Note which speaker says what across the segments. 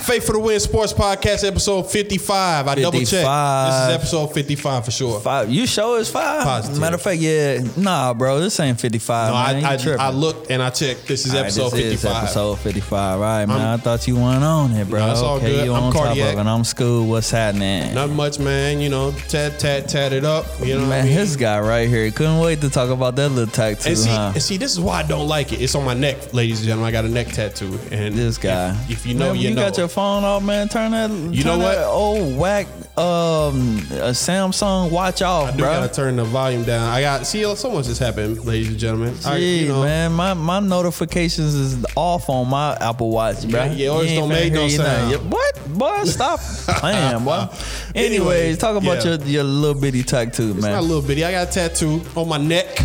Speaker 1: Faith for the Win Sports Podcast, episode 55. I double checked. This is
Speaker 2: 55.
Speaker 1: episode 55 for sure.
Speaker 2: Five. You show is five.
Speaker 1: Positive.
Speaker 2: Matter of fact, yeah. Nah, bro, this ain't fifty five.
Speaker 1: No, I, I, I looked and I checked. This is episode 55.
Speaker 2: episode fifty five. Right, man. i thought you weren't on it, bro.
Speaker 1: No, it's all
Speaker 2: okay,
Speaker 1: good.
Speaker 2: you
Speaker 1: I'm
Speaker 2: on
Speaker 1: cardiac.
Speaker 2: top of it. I'm school. What's happening?
Speaker 1: Not much, man. You know, tat, tat, tat it up. You know what I
Speaker 2: man,
Speaker 1: mean?
Speaker 2: this guy right here couldn't wait to talk about that little tattoo,
Speaker 1: And see,
Speaker 2: huh?
Speaker 1: and see, this is why I don't like it. It's on my neck, ladies and gentlemen. I got a neck tattoo, and
Speaker 2: This guy.
Speaker 1: If, if you know,
Speaker 2: Man,
Speaker 1: you, know.
Speaker 2: got your phone off, man. Turn that.
Speaker 1: You know
Speaker 2: turn
Speaker 1: what?
Speaker 2: that Old whack um a Samsung watch off,
Speaker 1: I do
Speaker 2: bro.
Speaker 1: gotta turn the volume down. I got see, so much has happened, ladies and gentlemen. I,
Speaker 2: Gee,
Speaker 1: you know,
Speaker 2: man, my, my notifications is off on my Apple Watch, bro.
Speaker 1: Yeah, yeah, yours
Speaker 2: You ain't
Speaker 1: don't
Speaker 2: finna
Speaker 1: make no
Speaker 2: hear you
Speaker 1: sound.
Speaker 2: nothing. Yeah, What, boy? Stop playing, boy. Anyways, talk about
Speaker 1: yeah.
Speaker 2: your your little bitty tattoo,
Speaker 1: It's not a
Speaker 2: man.
Speaker 1: little bitty. I got a tattoo on my neck,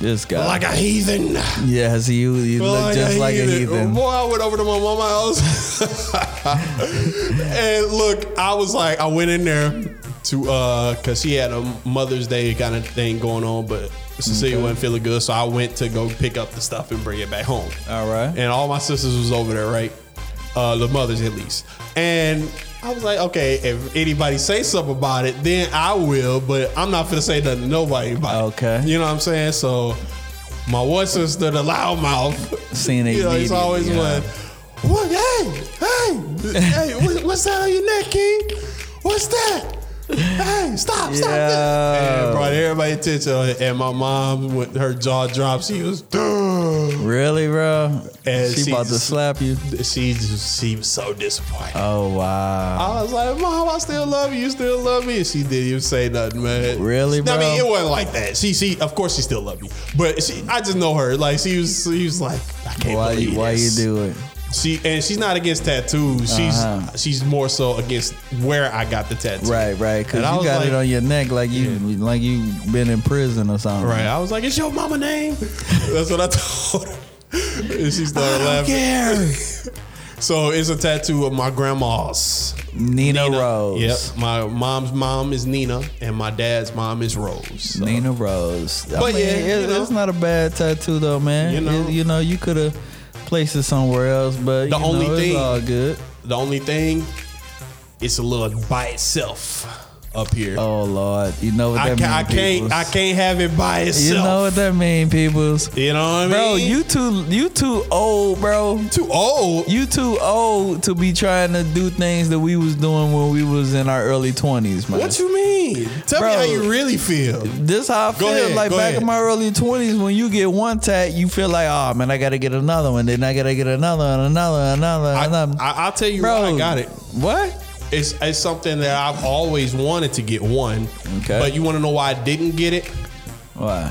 Speaker 2: This guy,
Speaker 1: like a heathen.
Speaker 2: yes, you you
Speaker 1: Well,
Speaker 2: look just like a heathen.
Speaker 1: Boy, I went over to my mama's house. and look, I was like, I went in there to uh cause she had a Mother's Day kind of thing going on, but Cecilia wasn't feeling good, so I went to go pick up the stuff and bring it back home.
Speaker 2: All right.
Speaker 1: And all my sisters was over there, right? Uh the mothers at least. And I was like, okay, if anybody say something about it, then I will, but I'm not gonna say nothing to nobody about
Speaker 2: Okay.
Speaker 1: it. You know what I'm saying? So my one sister, the loudmouth,
Speaker 2: Seen it.
Speaker 1: you know, it's
Speaker 2: immediately,
Speaker 1: always
Speaker 2: you know.
Speaker 1: one. What? Hey, hey, hey! what- What's that on your neck, King? What's that? Hey, stop, stop!
Speaker 2: Yeah.
Speaker 1: that. And it brought everybody attention, and my mom, with her jaw dropped, she was. "Duh."
Speaker 2: Really, bro?
Speaker 1: And
Speaker 2: she
Speaker 1: she
Speaker 2: about to
Speaker 1: just-
Speaker 2: slap you.
Speaker 1: She just, she was so disappointed.
Speaker 2: Oh wow.
Speaker 1: I was like, Mom, I still love you. You still love me. And she didn't even say nothing, man.
Speaker 2: Really,
Speaker 1: I
Speaker 2: bro?
Speaker 1: mean, it wasn't like that. She, she, of course, she still loved me, but she, I just know her. Like she was, she was like, I can't
Speaker 2: Why
Speaker 1: believe
Speaker 2: you why you
Speaker 1: this.
Speaker 2: do it?
Speaker 1: She and she's not against tattoos. She's
Speaker 2: Uh-huh.
Speaker 1: she's more so against where I got the tattoo.
Speaker 2: Right, right. Cause
Speaker 1: And I
Speaker 2: you
Speaker 1: was
Speaker 2: got it
Speaker 1: like-
Speaker 2: on your neck like you like you been in prison or something.
Speaker 1: Right. I was like, it's your mama name. That's what I told her. And she started
Speaker 2: I don't
Speaker 1: laughing.
Speaker 2: care.
Speaker 1: So it's a tattoo of my grandma's.
Speaker 2: Nina, Rose.
Speaker 1: Yep. My mom's mom is Nina, and my dad's mom is Rose. So-
Speaker 2: Nina Rose. I
Speaker 1: But
Speaker 2: mean,
Speaker 1: yeah,
Speaker 2: it-
Speaker 1: you know.
Speaker 2: it's not a bad tattoo though, man.
Speaker 1: You
Speaker 2: It- You know,
Speaker 1: know.
Speaker 2: you, could have placed it somewhere else, but
Speaker 1: The
Speaker 2: you
Speaker 1: only
Speaker 2: know, it's
Speaker 1: thing-
Speaker 2: all good.
Speaker 1: The only thing, it's a little by itself up here.
Speaker 2: Oh Lord, you know what
Speaker 1: I,
Speaker 2: that
Speaker 1: ca- I
Speaker 2: means.
Speaker 1: can't. I can't have it by
Speaker 2: You
Speaker 1: itself.
Speaker 2: know what that mean, peoples.
Speaker 1: You know what I mean?
Speaker 2: Bro, you too, you too old, bro.
Speaker 1: too old.
Speaker 2: You too old to be trying to do things that we was doing when we was in our early twenties, man.
Speaker 1: What you mean? Tell
Speaker 2: Bro.
Speaker 1: me how you really feel.
Speaker 2: This how I feel.
Speaker 1: ahead,
Speaker 2: like
Speaker 1: go
Speaker 2: back
Speaker 1: ahead.
Speaker 2: in my early twenties, when you get one tat, you feel like, oh man, I gotta get another one. Then I gotta get another and another and another and
Speaker 1: I,
Speaker 2: another.
Speaker 1: I, I'll tell you
Speaker 2: Bro,
Speaker 1: why I got it.
Speaker 2: What?
Speaker 1: It's it's something that I've always wanted to get one.
Speaker 2: Okay.
Speaker 1: But you want to know why I didn't get it?
Speaker 2: Why?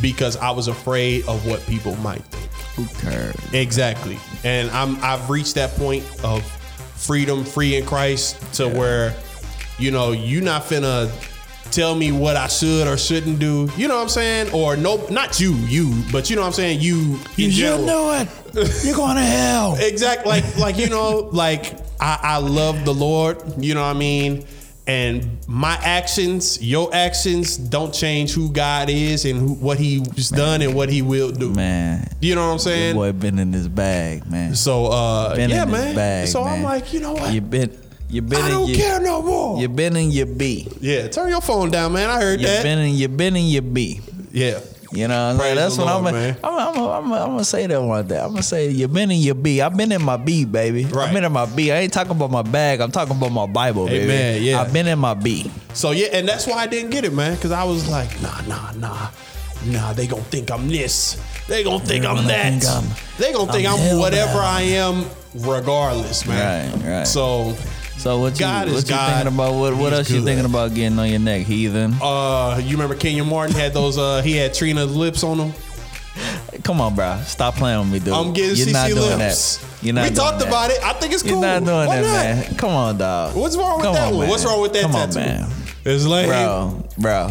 Speaker 1: Because I was afraid of what people might think.
Speaker 2: Who cares?
Speaker 1: Exactly. And I'm I've reached that point of freedom, free in Christ, to where, you know, you not finna tell me what I should or shouldn't do. You know what I'm saying? Or no not you, you, but you know what I'm saying? You in general.
Speaker 2: do it. You're going to hell.
Speaker 1: Exact like like you know, like I, I love the Lord, you know what I mean? And my actions, your actions don't change who God is and who, what he's done and what he will do.
Speaker 2: Man,
Speaker 1: You know what I'm saying?
Speaker 2: your boy been in his bag, man.
Speaker 1: So uh
Speaker 2: Been
Speaker 1: yeah,
Speaker 2: in his
Speaker 1: man.
Speaker 2: bag,
Speaker 1: so
Speaker 2: man.
Speaker 1: I'm like, you know what?
Speaker 2: You been, you been
Speaker 1: I
Speaker 2: in
Speaker 1: don't
Speaker 2: your,
Speaker 1: care no more.
Speaker 2: you been in your B.
Speaker 1: yeah, turn your phone down, man. I heard
Speaker 2: You
Speaker 1: that.
Speaker 2: been in, you been in your B.
Speaker 1: yeah.
Speaker 2: You know, what I'm saying?
Speaker 1: Praise
Speaker 2: that's
Speaker 1: the
Speaker 2: what
Speaker 1: Lord,
Speaker 2: I'm.
Speaker 1: man.
Speaker 2: I'm. I'm. I'm. I'm gonna say that one day. I'm gonna say you been in your B. I've been in my B, baby. I've
Speaker 1: Right.
Speaker 2: been in my B. I ain't talking about my bag. I'm talking about my Bible, baby.
Speaker 1: Amen, yeah.
Speaker 2: I've been in my B.
Speaker 1: So yeah, and that's why I didn't get it, man, because I was like, nah, nah, nah, nah. They gonna think I'm this. They gonna think
Speaker 2: They're
Speaker 1: I'm
Speaker 2: gonna
Speaker 1: that.
Speaker 2: think I'm-
Speaker 1: they gonna think
Speaker 2: I'm
Speaker 1: I'm,
Speaker 2: hell
Speaker 1: whatever
Speaker 2: bound.
Speaker 1: I am, regardless, man.
Speaker 2: Right, right.
Speaker 1: So,
Speaker 2: So what you
Speaker 1: God is
Speaker 2: what you
Speaker 1: God.
Speaker 2: thinking about? What what
Speaker 1: He's
Speaker 2: else you
Speaker 1: good.
Speaker 2: thinking about getting on your neck, heathen?
Speaker 1: uh, you remember Kenya Martin had those? Uh, he had Trina's lips on him.
Speaker 2: Come on, bro. Stop playing with me, dude.
Speaker 1: I'm getting
Speaker 2: You're
Speaker 1: CC
Speaker 2: not doing
Speaker 1: lips.
Speaker 2: that. You're not
Speaker 1: we
Speaker 2: doing
Speaker 1: talked
Speaker 2: that.
Speaker 1: about it. I think it's
Speaker 2: You're
Speaker 1: cool.
Speaker 2: not doing
Speaker 1: Why
Speaker 2: that,
Speaker 1: not?
Speaker 2: man. Come on, dog.
Speaker 1: What's wrong with
Speaker 2: Come
Speaker 1: that
Speaker 2: on,
Speaker 1: one?
Speaker 2: man.
Speaker 1: What's wrong with that
Speaker 2: Come
Speaker 1: tattoo?
Speaker 2: On, man.
Speaker 1: It's lame.
Speaker 2: Bro, bro,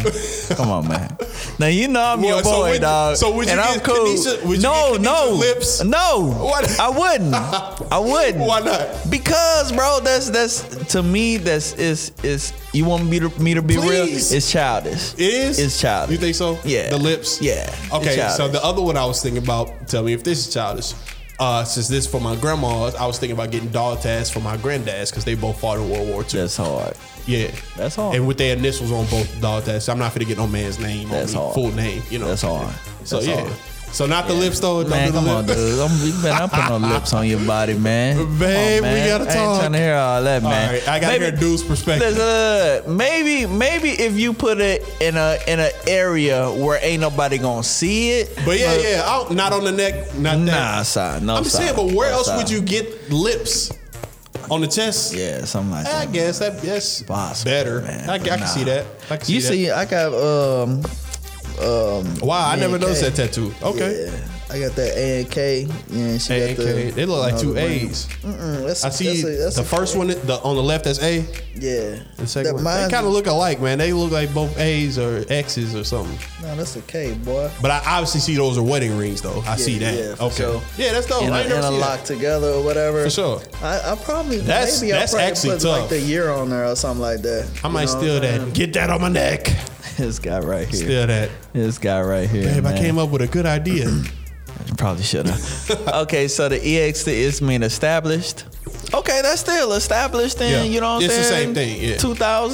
Speaker 2: come on, man. Now you know I'm
Speaker 1: Well,
Speaker 2: your
Speaker 1: so
Speaker 2: boy,
Speaker 1: would-
Speaker 2: dog.
Speaker 1: so would you
Speaker 2: and I'm
Speaker 1: get
Speaker 2: cool.
Speaker 1: Kanisha- would you
Speaker 2: no,
Speaker 1: get Kanisha
Speaker 2: no,
Speaker 1: lips?
Speaker 2: no.
Speaker 1: What?
Speaker 2: I wouldn't. I wouldn't.
Speaker 1: Why not?
Speaker 2: Because, bro, that's that's to me. That's is is you want me to me to be real?
Speaker 1: Please.
Speaker 2: It's childish.
Speaker 1: It is.
Speaker 2: It's childish.
Speaker 1: You think so?
Speaker 2: Yeah.
Speaker 1: The lips.
Speaker 2: Yeah. It's
Speaker 1: Okay. So
Speaker 2: childish.
Speaker 1: the other one I was thinking about. Tell me if this is childish. uh, since this is for my grandma's, I was thinking about getting dog tags for my granddad's because they both fought in World War II.
Speaker 2: That's hard.
Speaker 1: yeah,
Speaker 2: That's hard.
Speaker 1: And with their initials on both dog tags, so I'm not gonna get no man's name,
Speaker 2: That's
Speaker 1: that's on me,
Speaker 2: hard.
Speaker 1: full name. You know,
Speaker 2: That's hard.
Speaker 1: So
Speaker 2: That's
Speaker 1: yeah,
Speaker 2: hard.
Speaker 1: so not the lips though. Don't
Speaker 2: Man,
Speaker 1: do the
Speaker 2: come on,
Speaker 1: lip.
Speaker 2: dude. I'm, you better not put no lips on your body, man. Come on,
Speaker 1: Babe, we
Speaker 2: man.
Speaker 1: gotta
Speaker 2: I ain't
Speaker 1: talk.
Speaker 2: trying to hear all that,
Speaker 1: All
Speaker 2: man.
Speaker 1: right, I gotta
Speaker 2: Maybe-
Speaker 1: hear dude's perspective.
Speaker 2: Look, look, maybe, maybe if you put it in a in an area where ain't nobody gonna see it.
Speaker 1: But yeah, yeah, I don't, not on the neck, not
Speaker 2: Nah,
Speaker 1: that.
Speaker 2: son. No,
Speaker 1: I'm
Speaker 2: son,
Speaker 1: saying, but where
Speaker 2: no,
Speaker 1: else
Speaker 2: son.
Speaker 1: would you get lips on the chest?
Speaker 2: Yeah, something like
Speaker 1: I
Speaker 2: that.
Speaker 1: guess that yes,
Speaker 2: Possible,
Speaker 1: better.
Speaker 2: man,
Speaker 1: I, I
Speaker 2: but
Speaker 1: can
Speaker 2: nah.
Speaker 1: see that. I can see
Speaker 2: You
Speaker 1: that.
Speaker 2: see, I got um, um.
Speaker 1: Wow, I
Speaker 2: Yeah,
Speaker 1: never noticed
Speaker 2: okay.
Speaker 1: that tattoo. Okay.
Speaker 2: Yeah, I got that A and K. Yeah, she
Speaker 1: A and
Speaker 2: got the.
Speaker 1: K. They look like
Speaker 2: no,
Speaker 1: two
Speaker 2: the green.
Speaker 1: A's.
Speaker 2: Mm-mm, that's,
Speaker 1: I see
Speaker 2: that's a- that's
Speaker 1: the
Speaker 2: a-
Speaker 1: first one the, on the left. That's A.
Speaker 2: Yeah,
Speaker 1: The second
Speaker 2: that
Speaker 1: one. They
Speaker 2: mine's-
Speaker 1: kind of look alike, man. They look like both A's or X's or something.
Speaker 2: No, that's a K, boy.
Speaker 1: But I obviously see those are wedding rings, though. I see that.
Speaker 2: yeah, for
Speaker 1: okay.
Speaker 2: sure.
Speaker 1: Yeah, that's dope.
Speaker 2: and
Speaker 1: I
Speaker 2: a,
Speaker 1: ain't never
Speaker 2: and a
Speaker 1: seen
Speaker 2: lock
Speaker 1: that.
Speaker 2: together or whatever.
Speaker 1: For sure.
Speaker 2: I, I probably
Speaker 1: That's-
Speaker 2: maybe
Speaker 1: that's
Speaker 2: I probably
Speaker 1: actually
Speaker 2: put
Speaker 1: tough.
Speaker 2: like the year on there or something like that.
Speaker 1: I might
Speaker 2: You know
Speaker 1: steal
Speaker 2: what I'm
Speaker 1: that.
Speaker 2: saying?
Speaker 1: Get that on my neck.
Speaker 2: This guy right here.
Speaker 1: Steal that.
Speaker 2: This guy right here.
Speaker 1: Babe,
Speaker 2: man.
Speaker 1: I came up with a good idea.
Speaker 2: Probably should have. okay, so the ex to is mean established. Okay, that's still established in
Speaker 1: Yeah,
Speaker 2: you know what I'm
Speaker 1: it's the same
Speaker 2: saying?
Speaker 1: thing, yeah.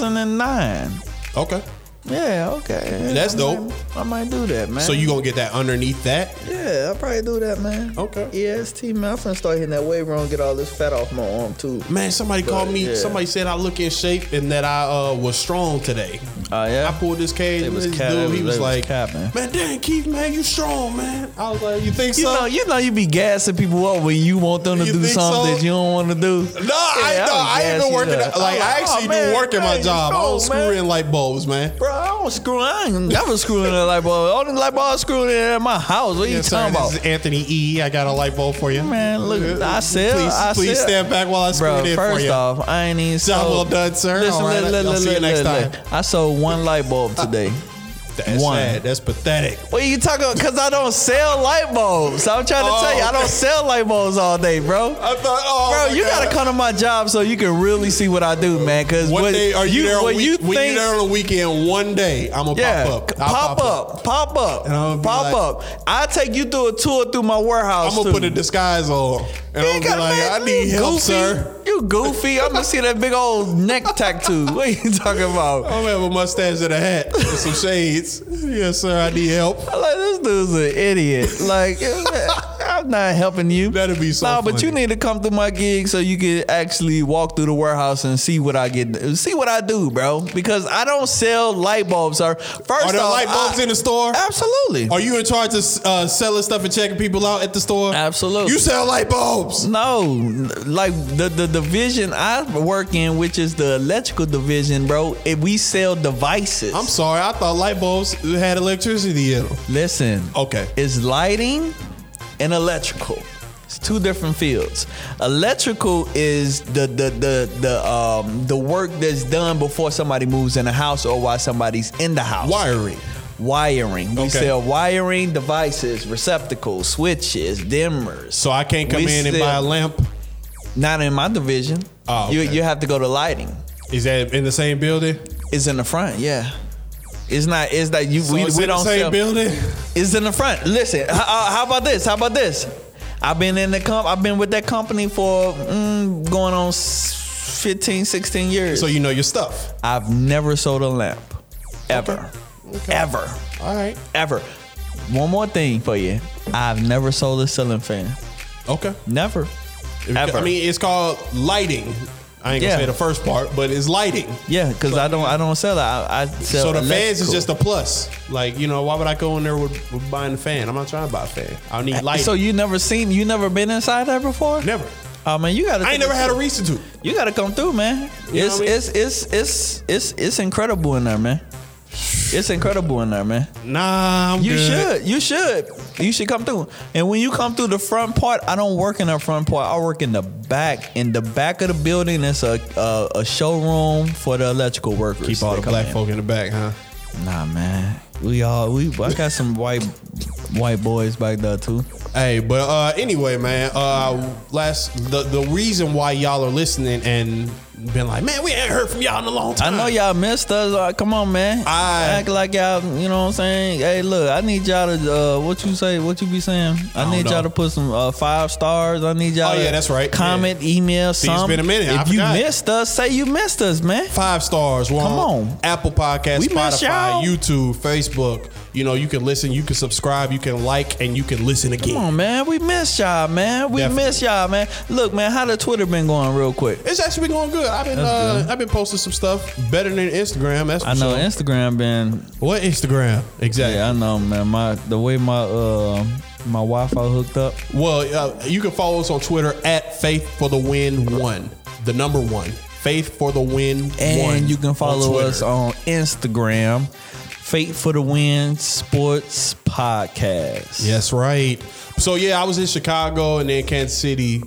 Speaker 2: 2009.
Speaker 1: okay.
Speaker 2: Yeah, okay.
Speaker 1: That's
Speaker 2: I
Speaker 1: dope.
Speaker 2: Might, I might do that, man.
Speaker 1: So you gonna get that underneath that?
Speaker 2: Yeah, I'll probably do that, man.
Speaker 1: Okay.
Speaker 2: EST, man. I'm finna start hitting that wave room, get all this fat off my arm, too.
Speaker 1: Man, somebody called me.
Speaker 2: yeah.
Speaker 1: Somebody said I look in shape and that I uh, was strong today.
Speaker 2: Oh, yeah?
Speaker 1: I pulled this cage.
Speaker 2: They
Speaker 1: and
Speaker 2: was
Speaker 1: this
Speaker 2: cap-
Speaker 1: dude,
Speaker 2: they
Speaker 1: he was,
Speaker 2: was- they was
Speaker 1: like,
Speaker 2: capping.
Speaker 1: "Man, dang, Keith, man, you strong, man." I was like, "You think
Speaker 2: You
Speaker 1: so?"
Speaker 2: know, you know, you be gassing people up when you want them to
Speaker 1: You
Speaker 2: do
Speaker 1: think
Speaker 2: something
Speaker 1: so?
Speaker 2: that you don't want to do.
Speaker 1: no, I, no, I ain't been working. Out. Like,
Speaker 2: Oh,
Speaker 1: I actually do work in my job. I don't screw in light bulbs, man.
Speaker 2: Bro, I don't screw. I ain't never screwing in a light bulb. Only light bulb I screwed in at my house. What are you
Speaker 1: Yes, sir.
Speaker 2: talking
Speaker 1: This
Speaker 2: about?
Speaker 1: is Anthony E. I got a light bulb for you, Uh,
Speaker 2: Man, look, I sell.
Speaker 1: Please,
Speaker 2: I
Speaker 1: please
Speaker 2: sell.
Speaker 1: stand back while I screw
Speaker 2: Bro,
Speaker 1: it in for
Speaker 2: first
Speaker 1: you.
Speaker 2: off, I ain't even
Speaker 1: Job
Speaker 2: sold.
Speaker 1: well done, sir.
Speaker 2: Listen,
Speaker 1: All right,
Speaker 2: look, look,
Speaker 1: I'll
Speaker 2: look,
Speaker 1: see you
Speaker 2: look,
Speaker 1: next
Speaker 2: look.
Speaker 1: time.
Speaker 2: I sold one light bulb today.
Speaker 1: That's
Speaker 2: One.
Speaker 1: sad. That's pathetic.
Speaker 2: What you talking about? Because I don't sell light bulbs. I'm trying to tell you, I don't sell light bulbs all day, bro.
Speaker 1: I thought, oh,
Speaker 2: Bro,
Speaker 1: my
Speaker 2: you
Speaker 1: God.
Speaker 2: gotta come to my job so you can really see what I do, man. Cause
Speaker 1: What,
Speaker 2: what
Speaker 1: day are you, there? On
Speaker 2: what
Speaker 1: week,
Speaker 2: you
Speaker 1: when
Speaker 2: think?
Speaker 1: you there on the weekend, one day I'm gonna
Speaker 2: yeah,
Speaker 1: pop up. I'll
Speaker 2: pop, up, pop up,
Speaker 1: And I'ma be
Speaker 2: pop
Speaker 1: like-
Speaker 2: up. I take you through a tour through my warehouse.
Speaker 1: I'm gonna
Speaker 2: too.
Speaker 1: put a disguise on, and
Speaker 2: You
Speaker 1: I'm gonna
Speaker 2: gotta
Speaker 1: be like,
Speaker 2: make-
Speaker 1: I need
Speaker 2: you
Speaker 1: help,
Speaker 2: goofy.
Speaker 1: sir.
Speaker 2: You goofy. I'm gonna see that big old neck tattoo. What you talking about?
Speaker 1: I'm gonna have a mustache and a hat and some shades. Yes, sir, I need help.
Speaker 2: I'm like this dude's an idiot. Like I'm not helping you.
Speaker 1: That'd be so
Speaker 2: No, but
Speaker 1: funny.
Speaker 2: you need to come to my gig so you can actually walk through the warehouse and see what I get, see what I do, bro. Because I don't sell light bulbs. Or first
Speaker 1: Are there
Speaker 2: off,
Speaker 1: light bulbs
Speaker 2: I-
Speaker 1: in the store?
Speaker 2: Absolutely.
Speaker 1: Are you in charge of uh, selling stuff and checking people out at the store?
Speaker 2: Absolutely.
Speaker 1: You sell light bulbs.
Speaker 2: No, like the the division I work in, which is the electrical division, bro. If we sell devices,
Speaker 1: I'm sorry, I thought light bulbs had electricity in them.
Speaker 2: listen.
Speaker 1: Okay.
Speaker 2: It's lighting and electrical. It's two different fields. Electrical is the the the the um the work that's done before somebody moves in the house or while somebody's in the house.
Speaker 1: Wiring.
Speaker 2: Wiring. We
Speaker 1: Okay.
Speaker 2: sell wiring devices, receptacles, switches, dimmers.
Speaker 1: So I can't come
Speaker 2: We
Speaker 1: in and
Speaker 2: sell-
Speaker 1: buy a lamp.
Speaker 2: Not in my division.
Speaker 1: Oh,
Speaker 2: you
Speaker 1: okay.
Speaker 2: you have to go to lighting.
Speaker 1: Is that in the same building?
Speaker 2: It's in the front, yeah. It's not. It's that you.
Speaker 1: So
Speaker 2: we,
Speaker 1: it's
Speaker 2: we
Speaker 1: in
Speaker 2: don't
Speaker 1: the same
Speaker 2: sell.
Speaker 1: building.
Speaker 2: It's in the front. Listen, h- uh, how about this? How about this? I've been in the comp. I've been with that company for mm, going on s- 15, 16 years.
Speaker 1: So you know your stuff.
Speaker 2: I've never sold a lamp, ever, ever,
Speaker 1: All right.
Speaker 2: ever. One more thing for you. I've never sold a ceiling fan.
Speaker 1: Okay.
Speaker 2: Never, ever.
Speaker 1: I mean, it's called lighting. I ain't
Speaker 2: Yeah.
Speaker 1: gonna say the first part, but it's lighting.
Speaker 2: yeah, because I don't. I don't sell. it. I, I sell.
Speaker 1: So the fans is
Speaker 2: electrical.
Speaker 1: just a plus. Like you know, why would I go in there with, with buying a fan? I'm not trying to buy a fan. I need lighting.
Speaker 2: Uh,
Speaker 1: So
Speaker 2: So you never seen? You never been inside that before?
Speaker 1: never.
Speaker 2: Oh man, you gotta.
Speaker 1: I ain't never had a reason to.
Speaker 2: You gotta come through, man.
Speaker 1: You know
Speaker 2: It's,
Speaker 1: what I mean?
Speaker 2: it's it's it's it's it's incredible in there, man. It's incredible in there, man.
Speaker 1: Nah, I'm
Speaker 2: You
Speaker 1: good.
Speaker 2: should, you should, you should come through. And when you come through the front part, I don't work in the front part. I work in the back. In the back of the building, it's a a, a showroom for the electrical workers.
Speaker 1: Keep all
Speaker 2: that
Speaker 1: the
Speaker 2: come
Speaker 1: black
Speaker 2: in.
Speaker 1: folk in the back, huh?
Speaker 2: Nah, man. We all we. I got some white white boys back there too.
Speaker 1: Hey, but uh, anyway, man. Uh, last the the reason why y'all are listening and been like, man, we ain't heard from y'all in a long
Speaker 2: I
Speaker 1: time.
Speaker 2: know y'all missed us. Like, come on, man.
Speaker 1: I-
Speaker 2: act like y'all. You know what I'm saying? Hey, look, I need y'all to. Uh, what you say? What you be saying? I,
Speaker 1: don't
Speaker 2: need
Speaker 1: know.
Speaker 2: y'all to put some uh, five stars. I need y'all.
Speaker 1: Oh, yeah,
Speaker 2: to
Speaker 1: that's right.
Speaker 2: Comment, email,
Speaker 1: it's
Speaker 2: something.
Speaker 1: been a minute.
Speaker 2: If
Speaker 1: I
Speaker 2: you
Speaker 1: forgot.
Speaker 2: missed us, say you missed us, man.
Speaker 1: Five stars. We're
Speaker 2: Come
Speaker 1: on,
Speaker 2: on.
Speaker 1: Apple Podcasts,
Speaker 2: We miss y'all.
Speaker 1: Spotify, YouTube, Facebook. You know, you can listen, you can subscribe, you can like, and you can listen again.
Speaker 2: Come on, man. We miss y'all, man. We
Speaker 1: Definitely.
Speaker 2: miss y'all, man. Look, man, how the Twitter been going, real quick?
Speaker 1: It's actually been going good. I've been uh, I've been posting some stuff better than Instagram. That's for
Speaker 2: I know
Speaker 1: sure.
Speaker 2: Instagram been
Speaker 1: What Instagram? Exactly.
Speaker 2: Yeah, I know, man. My the way my uh my Wi-Fi hooked up.
Speaker 1: Well, uh, you can follow us on Twitter at Faith for the Win One, the number one. Faith for the Win One.
Speaker 2: And you can follow
Speaker 1: Twitter.
Speaker 2: us on Instagram, Fate for the Win Sports Podcast.
Speaker 1: Yes, right. So yeah, I was in Chicago and then Kansas City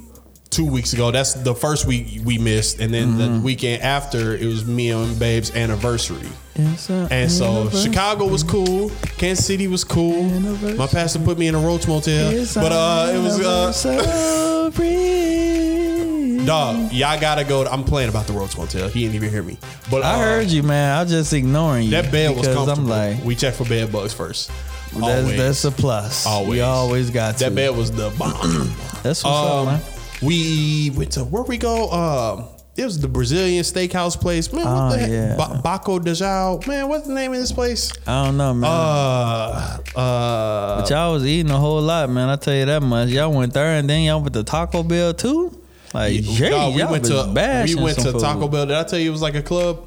Speaker 1: two weeks ago. That's the first week we missed, and then
Speaker 2: Mm-hmm.
Speaker 1: the weekend after it was me and Babe's anniversary.
Speaker 2: Yes, sir.
Speaker 1: And so
Speaker 2: Universe.
Speaker 1: Chicago was cool. Kansas City was cool.
Speaker 2: Anniversary.
Speaker 1: My pastor put me in a roach motel,
Speaker 2: Yes,
Speaker 1: but uh, it was
Speaker 2: I'm
Speaker 1: uh,
Speaker 2: so free.
Speaker 1: dog. Y'all gotta go. To, I'm playing about the roach motel. He didn't even hear me. But
Speaker 2: I
Speaker 1: uh,
Speaker 2: heard you, man. I was just ignoring you.
Speaker 1: That bed was
Speaker 2: because
Speaker 1: comfortable.
Speaker 2: I'm like,
Speaker 1: we checked for bed bugs first.
Speaker 2: that's,
Speaker 1: Always.
Speaker 2: that's a plus.
Speaker 1: Always.
Speaker 2: We always got to.
Speaker 1: that bed was the bomb.
Speaker 2: That's what's up,
Speaker 1: um,
Speaker 2: man.
Speaker 1: we went to where we go. Um, it was the Brazilian steakhouse place. Man, what
Speaker 2: Oh,
Speaker 1: the heck?
Speaker 2: yeah.
Speaker 1: Ba- Baco de Jao. Man, what's the name of this place?
Speaker 2: I don't know, man.
Speaker 1: Uh, uh,
Speaker 2: But y'all was eating a whole lot, man. I tell you that much. Y'all went there and then y'all went to Taco Bell too. Like, yeah,
Speaker 1: dog, we
Speaker 2: y'all
Speaker 1: went
Speaker 2: was
Speaker 1: to we
Speaker 2: bashing
Speaker 1: went to
Speaker 2: some food.
Speaker 1: Taco Bell. Did I tell you it was like a club?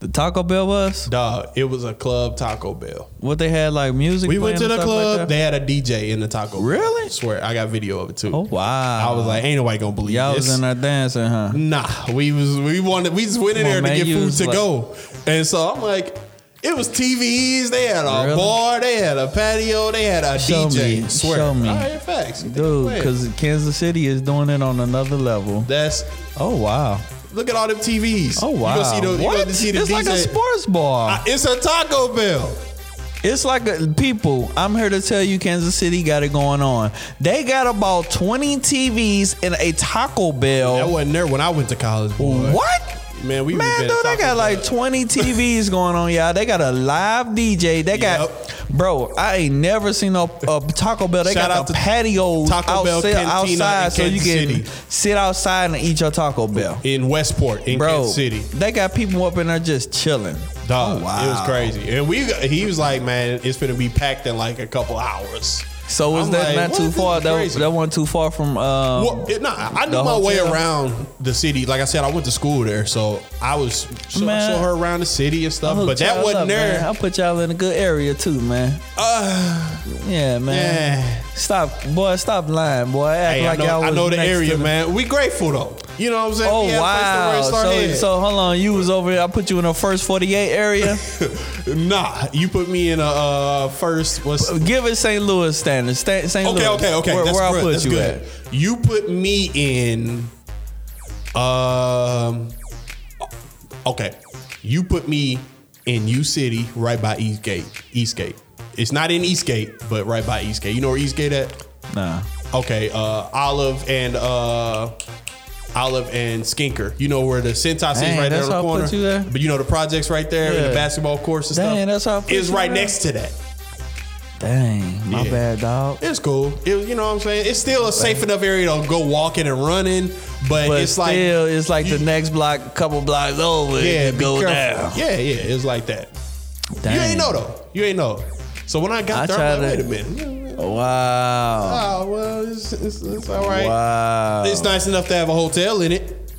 Speaker 2: The Taco Bell was
Speaker 1: Dog, it was a club Taco Bell.
Speaker 2: what they had like music.
Speaker 1: We went to
Speaker 2: playing
Speaker 1: the
Speaker 2: and stuff like
Speaker 1: club.
Speaker 2: that?
Speaker 1: they had a DJ in the Taco. Bell.
Speaker 2: Really?
Speaker 1: swear, I got video of it too.
Speaker 2: oh wow!
Speaker 1: I was like, ain't nobody gonna believe
Speaker 2: y'all
Speaker 1: this.
Speaker 2: was in there dancing, huh?
Speaker 1: Nah, we was we wanted we just went in
Speaker 2: Come
Speaker 1: there
Speaker 2: on,
Speaker 1: to
Speaker 2: man,
Speaker 1: get
Speaker 2: you
Speaker 1: food
Speaker 2: was
Speaker 1: to
Speaker 2: like-
Speaker 1: go, and so I'm like, it was TVs. They had a
Speaker 2: Really?
Speaker 1: bar. They had a patio. They had a
Speaker 2: Show
Speaker 1: DJ.
Speaker 2: me,
Speaker 1: swear,
Speaker 2: show me.
Speaker 1: All right, facts, You think I'm
Speaker 2: Dude,
Speaker 1: playing?
Speaker 2: because Kansas City is doing it on another level.
Speaker 1: that's
Speaker 2: Oh wow!
Speaker 1: look at all them TVs.
Speaker 2: Oh wow!
Speaker 1: You gonna see the, You
Speaker 2: what?
Speaker 1: gonna see the
Speaker 2: it's
Speaker 1: DJ.
Speaker 2: like a sports bar.
Speaker 1: I- it's a Taco Bell.
Speaker 2: It's like a, people. I'm here to tell you, Kansas City got it going on. They got about 20 TVs and a Taco
Speaker 1: That
Speaker 2: Bell.
Speaker 1: wasn't there when I went to college. Boy.
Speaker 2: Oh. What?
Speaker 1: Man, we was
Speaker 2: Man,
Speaker 1: at
Speaker 2: dude, they
Speaker 1: Taco
Speaker 2: got like
Speaker 1: Bell.
Speaker 2: 20 TVs going on, y'all. They got a live DJ. They got, bro. I ain't never seen no uh, Taco Bell. They
Speaker 1: Shout
Speaker 2: got
Speaker 1: out
Speaker 2: the
Speaker 1: to
Speaker 2: patios
Speaker 1: Taco Bell,
Speaker 2: outside,
Speaker 1: Cantina,
Speaker 2: outside
Speaker 1: and
Speaker 2: so you
Speaker 1: Kansas
Speaker 2: can
Speaker 1: City.
Speaker 2: sit outside and eat your Taco Bell,
Speaker 1: in Westport in
Speaker 2: bro.
Speaker 1: Kansas City.
Speaker 2: They got people up in there just chilling.
Speaker 1: Dog,
Speaker 2: Oh, wow.
Speaker 1: it was crazy. And we got, he was like, man, it's gonna be packed in like a couple hours.
Speaker 2: So was
Speaker 1: I'm
Speaker 2: that
Speaker 1: like,
Speaker 2: not
Speaker 1: what?
Speaker 2: too
Speaker 1: This
Speaker 2: far?
Speaker 1: is
Speaker 2: That,
Speaker 1: crazy.
Speaker 2: that wasn't too far from. Um,
Speaker 1: Well, it, nah, I knew
Speaker 2: the
Speaker 1: my way
Speaker 2: hotel.
Speaker 1: around the city. Like I said, I went to school there, so I was so,
Speaker 2: Man.
Speaker 1: saw her around the city and stuff.
Speaker 2: I'll hook
Speaker 1: But that
Speaker 2: y'all
Speaker 1: wasn't
Speaker 2: up,
Speaker 1: there.
Speaker 2: Man. I'll put y'all in a good area too, man.
Speaker 1: Uh,
Speaker 2: Yeah, man.
Speaker 1: yeah.
Speaker 2: Stop, boy. Stop lying, boy. Act
Speaker 1: Hey,
Speaker 2: like
Speaker 1: I know,
Speaker 2: y'all
Speaker 1: I
Speaker 2: was
Speaker 1: know the
Speaker 2: next
Speaker 1: area,
Speaker 2: to the-
Speaker 1: man. We grateful though. You know what I'm saying?
Speaker 2: Oh
Speaker 1: We had
Speaker 2: wow!
Speaker 1: a place to raise our
Speaker 2: So,
Speaker 1: head.
Speaker 2: so hold on, you was over there. I put you in the first forty-eight area.
Speaker 1: nah, you put me in a uh, first. What's
Speaker 2: Give it St. Louis standards. St. St.
Speaker 1: okay?
Speaker 2: Louis.
Speaker 1: Okay, okay.
Speaker 2: Where,
Speaker 1: That's
Speaker 2: where
Speaker 1: good.
Speaker 2: I put
Speaker 1: That's
Speaker 2: you
Speaker 1: good. You put me in. Um. Okay, you put me in U City, right by Eastgate. Eastgate. It's not in Eastgate, but right by Eastgate. You know where Eastgate at?
Speaker 2: at? Nah.
Speaker 1: Okay, uh, Olive and uh, Olive and Skinker. You know where the Centos is
Speaker 2: Dang,
Speaker 1: right there
Speaker 2: that's
Speaker 1: on the
Speaker 2: how I put
Speaker 1: corner.
Speaker 2: you there?
Speaker 1: But you know the projects right there and
Speaker 2: Yeah.
Speaker 1: the basketball course and
Speaker 2: Dang,
Speaker 1: stuff.
Speaker 2: that's how I put
Speaker 1: It's
Speaker 2: you
Speaker 1: right
Speaker 2: there?
Speaker 1: next to that.
Speaker 2: Dang, my
Speaker 1: Yeah.
Speaker 2: bad, dog.
Speaker 1: It's cool. It, you know what I'm saying? It's still a safe enough area to go walking and running, but,
Speaker 2: But
Speaker 1: it's like
Speaker 2: still, it's like
Speaker 1: you-
Speaker 2: the next block, couple blocks over.
Speaker 1: yeah,
Speaker 2: it
Speaker 1: be
Speaker 2: go
Speaker 1: careful.
Speaker 2: down.
Speaker 1: Yeah, yeah, it's like that. You
Speaker 2: Dang.
Speaker 1: ain't know though. You ain't know. So when I got
Speaker 2: I
Speaker 1: there, I'm
Speaker 2: tried
Speaker 1: like,
Speaker 2: to-
Speaker 1: wait a minute.
Speaker 2: Oh, Wow.
Speaker 1: Oh well, it's, it's, it's all right.
Speaker 2: Wow.
Speaker 1: It's nice enough to have a hotel in it.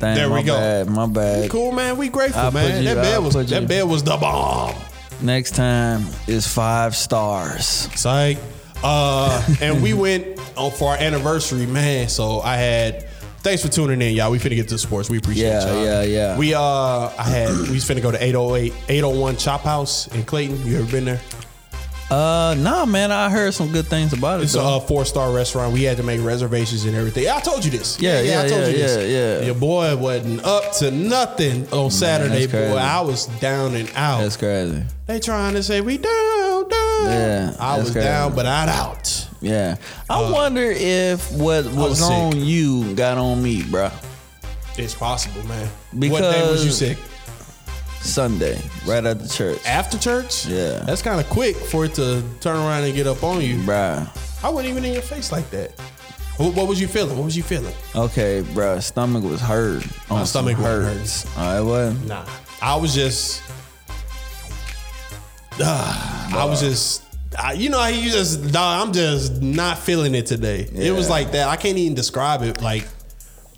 Speaker 2: Dang,
Speaker 1: There we
Speaker 2: my
Speaker 1: go.
Speaker 2: Bad, my bad.
Speaker 1: Cool, man. We grateful,
Speaker 2: I'll put
Speaker 1: man.
Speaker 2: you-
Speaker 1: that bed
Speaker 2: I'll
Speaker 1: was
Speaker 2: put you-
Speaker 1: that bed was the bomb.
Speaker 2: Next time is five stars.
Speaker 1: Psych. Uh, and we went on for our anniversary, man. So I had. Thanks for tuning in, y'all. We finna get to sports. We appreciate
Speaker 2: Yeah,
Speaker 1: y'all.
Speaker 2: yeah, yeah.
Speaker 1: We uh, I had we finna go to 808, 801 Chop House in Clayton. You ever been there?
Speaker 2: Uh, nah, man, I heard some good things about it.
Speaker 1: It's a
Speaker 2: though.
Speaker 1: uh, four star restaurant. We had to make reservations and everything. I told you this.
Speaker 2: Yeah,
Speaker 1: I
Speaker 2: yeah,
Speaker 1: told you
Speaker 2: yeah,
Speaker 1: this.
Speaker 2: yeah, yeah.
Speaker 1: Your boy wasn't up to nothing on Saturday,
Speaker 2: that's crazy.
Speaker 1: boy. I was down and out.
Speaker 2: That's crazy.
Speaker 1: They trying to say we down, down.
Speaker 2: Yeah,
Speaker 1: I
Speaker 2: that's
Speaker 1: was
Speaker 2: crazy.
Speaker 1: down, but not out.
Speaker 2: Yeah, I wonder if what was
Speaker 1: Uh, was sick.
Speaker 2: on you got on me, bruh.
Speaker 1: It's possible, man. what day was
Speaker 2: Because-
Speaker 1: you sick?
Speaker 2: Sunday, right at the church.
Speaker 1: After church?
Speaker 2: Yeah.
Speaker 1: That's kind of quick for it to turn around and get up on you.
Speaker 2: Bruh.
Speaker 1: I wasn't even in your face like that. What, what was you feeling? What was you feeling?
Speaker 2: Okay, bruh. Stomach was hurt.
Speaker 1: My
Speaker 2: On some
Speaker 1: stomach wasn't hurting.
Speaker 2: hurts. I wasn't.
Speaker 1: Nah. I was just. Ah, I was just. I, you know, how you just. Dog, I'm just not feeling it today. It was
Speaker 2: Yeah.
Speaker 1: like that. I can't even describe it. Like,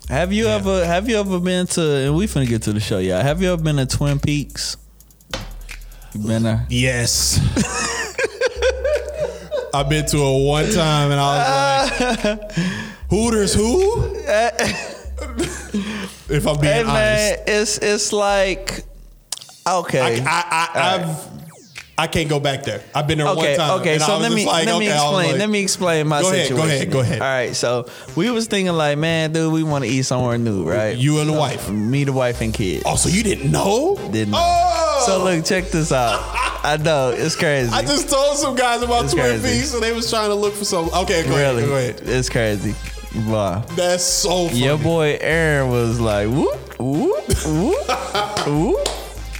Speaker 2: Have you ever? Have you ever been to? And we finna get to the show, y'all. Have you ever been to Twin Peaks? You been there?
Speaker 1: yes. I've been to it one time and I was like, Hooters who? if I'm being
Speaker 2: Hey
Speaker 1: honest.
Speaker 2: man, it's it's like
Speaker 1: I,
Speaker 2: okay,
Speaker 1: I, I,
Speaker 2: All
Speaker 1: I've, I can't go back there. I've been there one
Speaker 2: okay,
Speaker 1: time.
Speaker 2: okay.
Speaker 1: and I
Speaker 2: So
Speaker 1: was
Speaker 2: let
Speaker 1: just
Speaker 2: me
Speaker 1: like,
Speaker 2: let me
Speaker 1: okay, I was
Speaker 2: explain.
Speaker 1: like-
Speaker 2: let me explain my
Speaker 1: Go ahead, go
Speaker 2: situation.
Speaker 1: ahead, go ahead.
Speaker 2: All right, so we was thinking like, man, dude, we want to eat somewhere new, right?
Speaker 1: You and the wife.
Speaker 2: me, the wife, and kids.
Speaker 1: Oh, so you didn't know?
Speaker 2: Didn't know.
Speaker 1: Oh,
Speaker 2: So look, check this out. I know it's crazy.
Speaker 1: I just told some guys about
Speaker 2: It's
Speaker 1: Twin
Speaker 2: crazy.
Speaker 1: Peaks, and they was trying to look for some. Okay, go
Speaker 2: really,
Speaker 1: ahead. Go ahead.
Speaker 2: it's crazy. Blah.
Speaker 1: That's so funny.
Speaker 2: Your boy Aaron was like, whoop, whoop, whoop, whoop,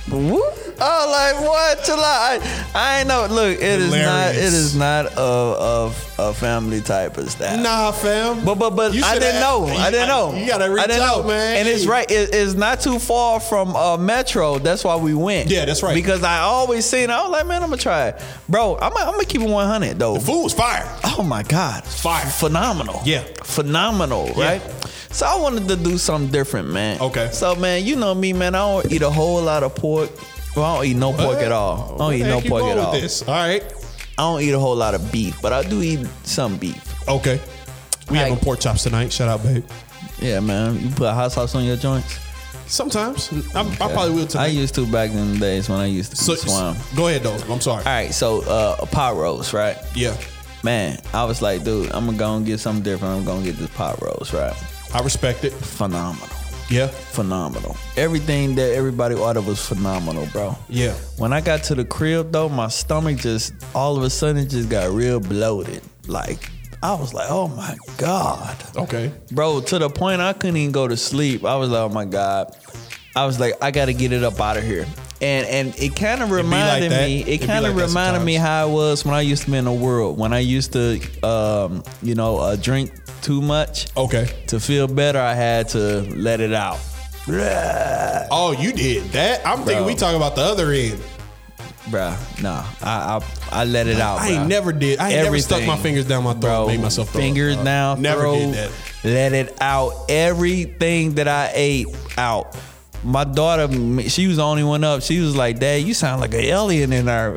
Speaker 2: whoop. I was like, what? Chill out. I, I ain't know. Look, it is not. It
Speaker 1: Hilarious.
Speaker 2: is not a, a, a family type of stuff.
Speaker 1: Nah, fam.
Speaker 2: But but but
Speaker 1: You
Speaker 2: I
Speaker 1: shoulda
Speaker 2: didn't
Speaker 1: had-
Speaker 2: know. I
Speaker 1: you-
Speaker 2: didn't know.
Speaker 1: You gotta reach
Speaker 2: I didn't
Speaker 1: out,
Speaker 2: know.
Speaker 1: man.
Speaker 2: And it's right. It, it's not too far from uh, Metro. That's why we went.
Speaker 1: Yeah, that's right.
Speaker 2: Because I always seen. it. I was like, man, I'm gonna try it, bro. I'm gonna- I'm gonna keep it 100 though.
Speaker 1: Food was fire.
Speaker 2: Oh my God.
Speaker 1: Fire.
Speaker 2: Phenomenal.
Speaker 1: Yeah.
Speaker 2: Phenomenal,
Speaker 1: Yeah.
Speaker 2: right? So I wanted to do something different, man.
Speaker 1: Okay.
Speaker 2: So man, you know me, man. I don't eat a whole lot of pork. Well, I don't eat no pork at all. I
Speaker 1: Where
Speaker 2: don't eat
Speaker 1: the
Speaker 2: no
Speaker 1: heck you
Speaker 2: pork
Speaker 1: going
Speaker 2: at
Speaker 1: with
Speaker 2: all.
Speaker 1: This. All right.
Speaker 2: I don't eat a whole lot of beef, but I do eat some beef.
Speaker 1: Okay. We
Speaker 2: Like-
Speaker 1: having pork chops tonight. Shout out, babe.
Speaker 2: Yeah, man. You put hot sauce on your joints.
Speaker 1: Sometimes I, I
Speaker 2: Yeah.
Speaker 1: probably will
Speaker 2: I
Speaker 1: tonight.
Speaker 2: used to back in the days when I used to so,
Speaker 1: so,
Speaker 2: swam.
Speaker 1: go ahead though. I'm sorry.
Speaker 2: All right, so uh, pot roast, right?
Speaker 1: Yeah,
Speaker 2: Man, I was like, dude, I'm gonna go and get something different. I'm gonna get this pot roast, right?
Speaker 1: I respect it.
Speaker 2: Phenomenal.
Speaker 1: Yeah,
Speaker 2: phenomenal. Everything that everybody ordered was phenomenal, bro.
Speaker 1: yeah.
Speaker 2: When I got to the crib though, my stomach just all of a sudden it just got real bloated. Like I was like, oh my god,
Speaker 1: Okay.
Speaker 2: bro. To the point I couldn't even go to sleep. I was like, oh my god. I was like, I gotta get it up out of here. And and it kind of reminded
Speaker 1: that.
Speaker 2: me.
Speaker 1: It
Speaker 2: It
Speaker 1: be
Speaker 2: kind of
Speaker 1: like that
Speaker 2: reminded me
Speaker 1: sometimes.
Speaker 2: how it was when I used to be in the world. When I used to, um, you know, uh, drink too much
Speaker 1: Okay.
Speaker 2: to feel better. I had to let it out. Bruh.
Speaker 1: Oh, you did that? I'm thinking
Speaker 2: Bro.
Speaker 1: we talking about the other end.
Speaker 2: Bruh, nah. I I, I let it out.
Speaker 1: I ain't
Speaker 2: bruh.
Speaker 1: never did. I ain't never stuck
Speaker 2: Everything.
Speaker 1: my fingers down my throat
Speaker 2: Bro,
Speaker 1: and made myself throw up,
Speaker 2: fingers
Speaker 1: dog.
Speaker 2: down.
Speaker 1: Never
Speaker 2: throat,
Speaker 1: did that.
Speaker 2: Let it out. Everything that I ate out. My daughter, she was the only one up. She was like, "Dad, you sound like an alien in there."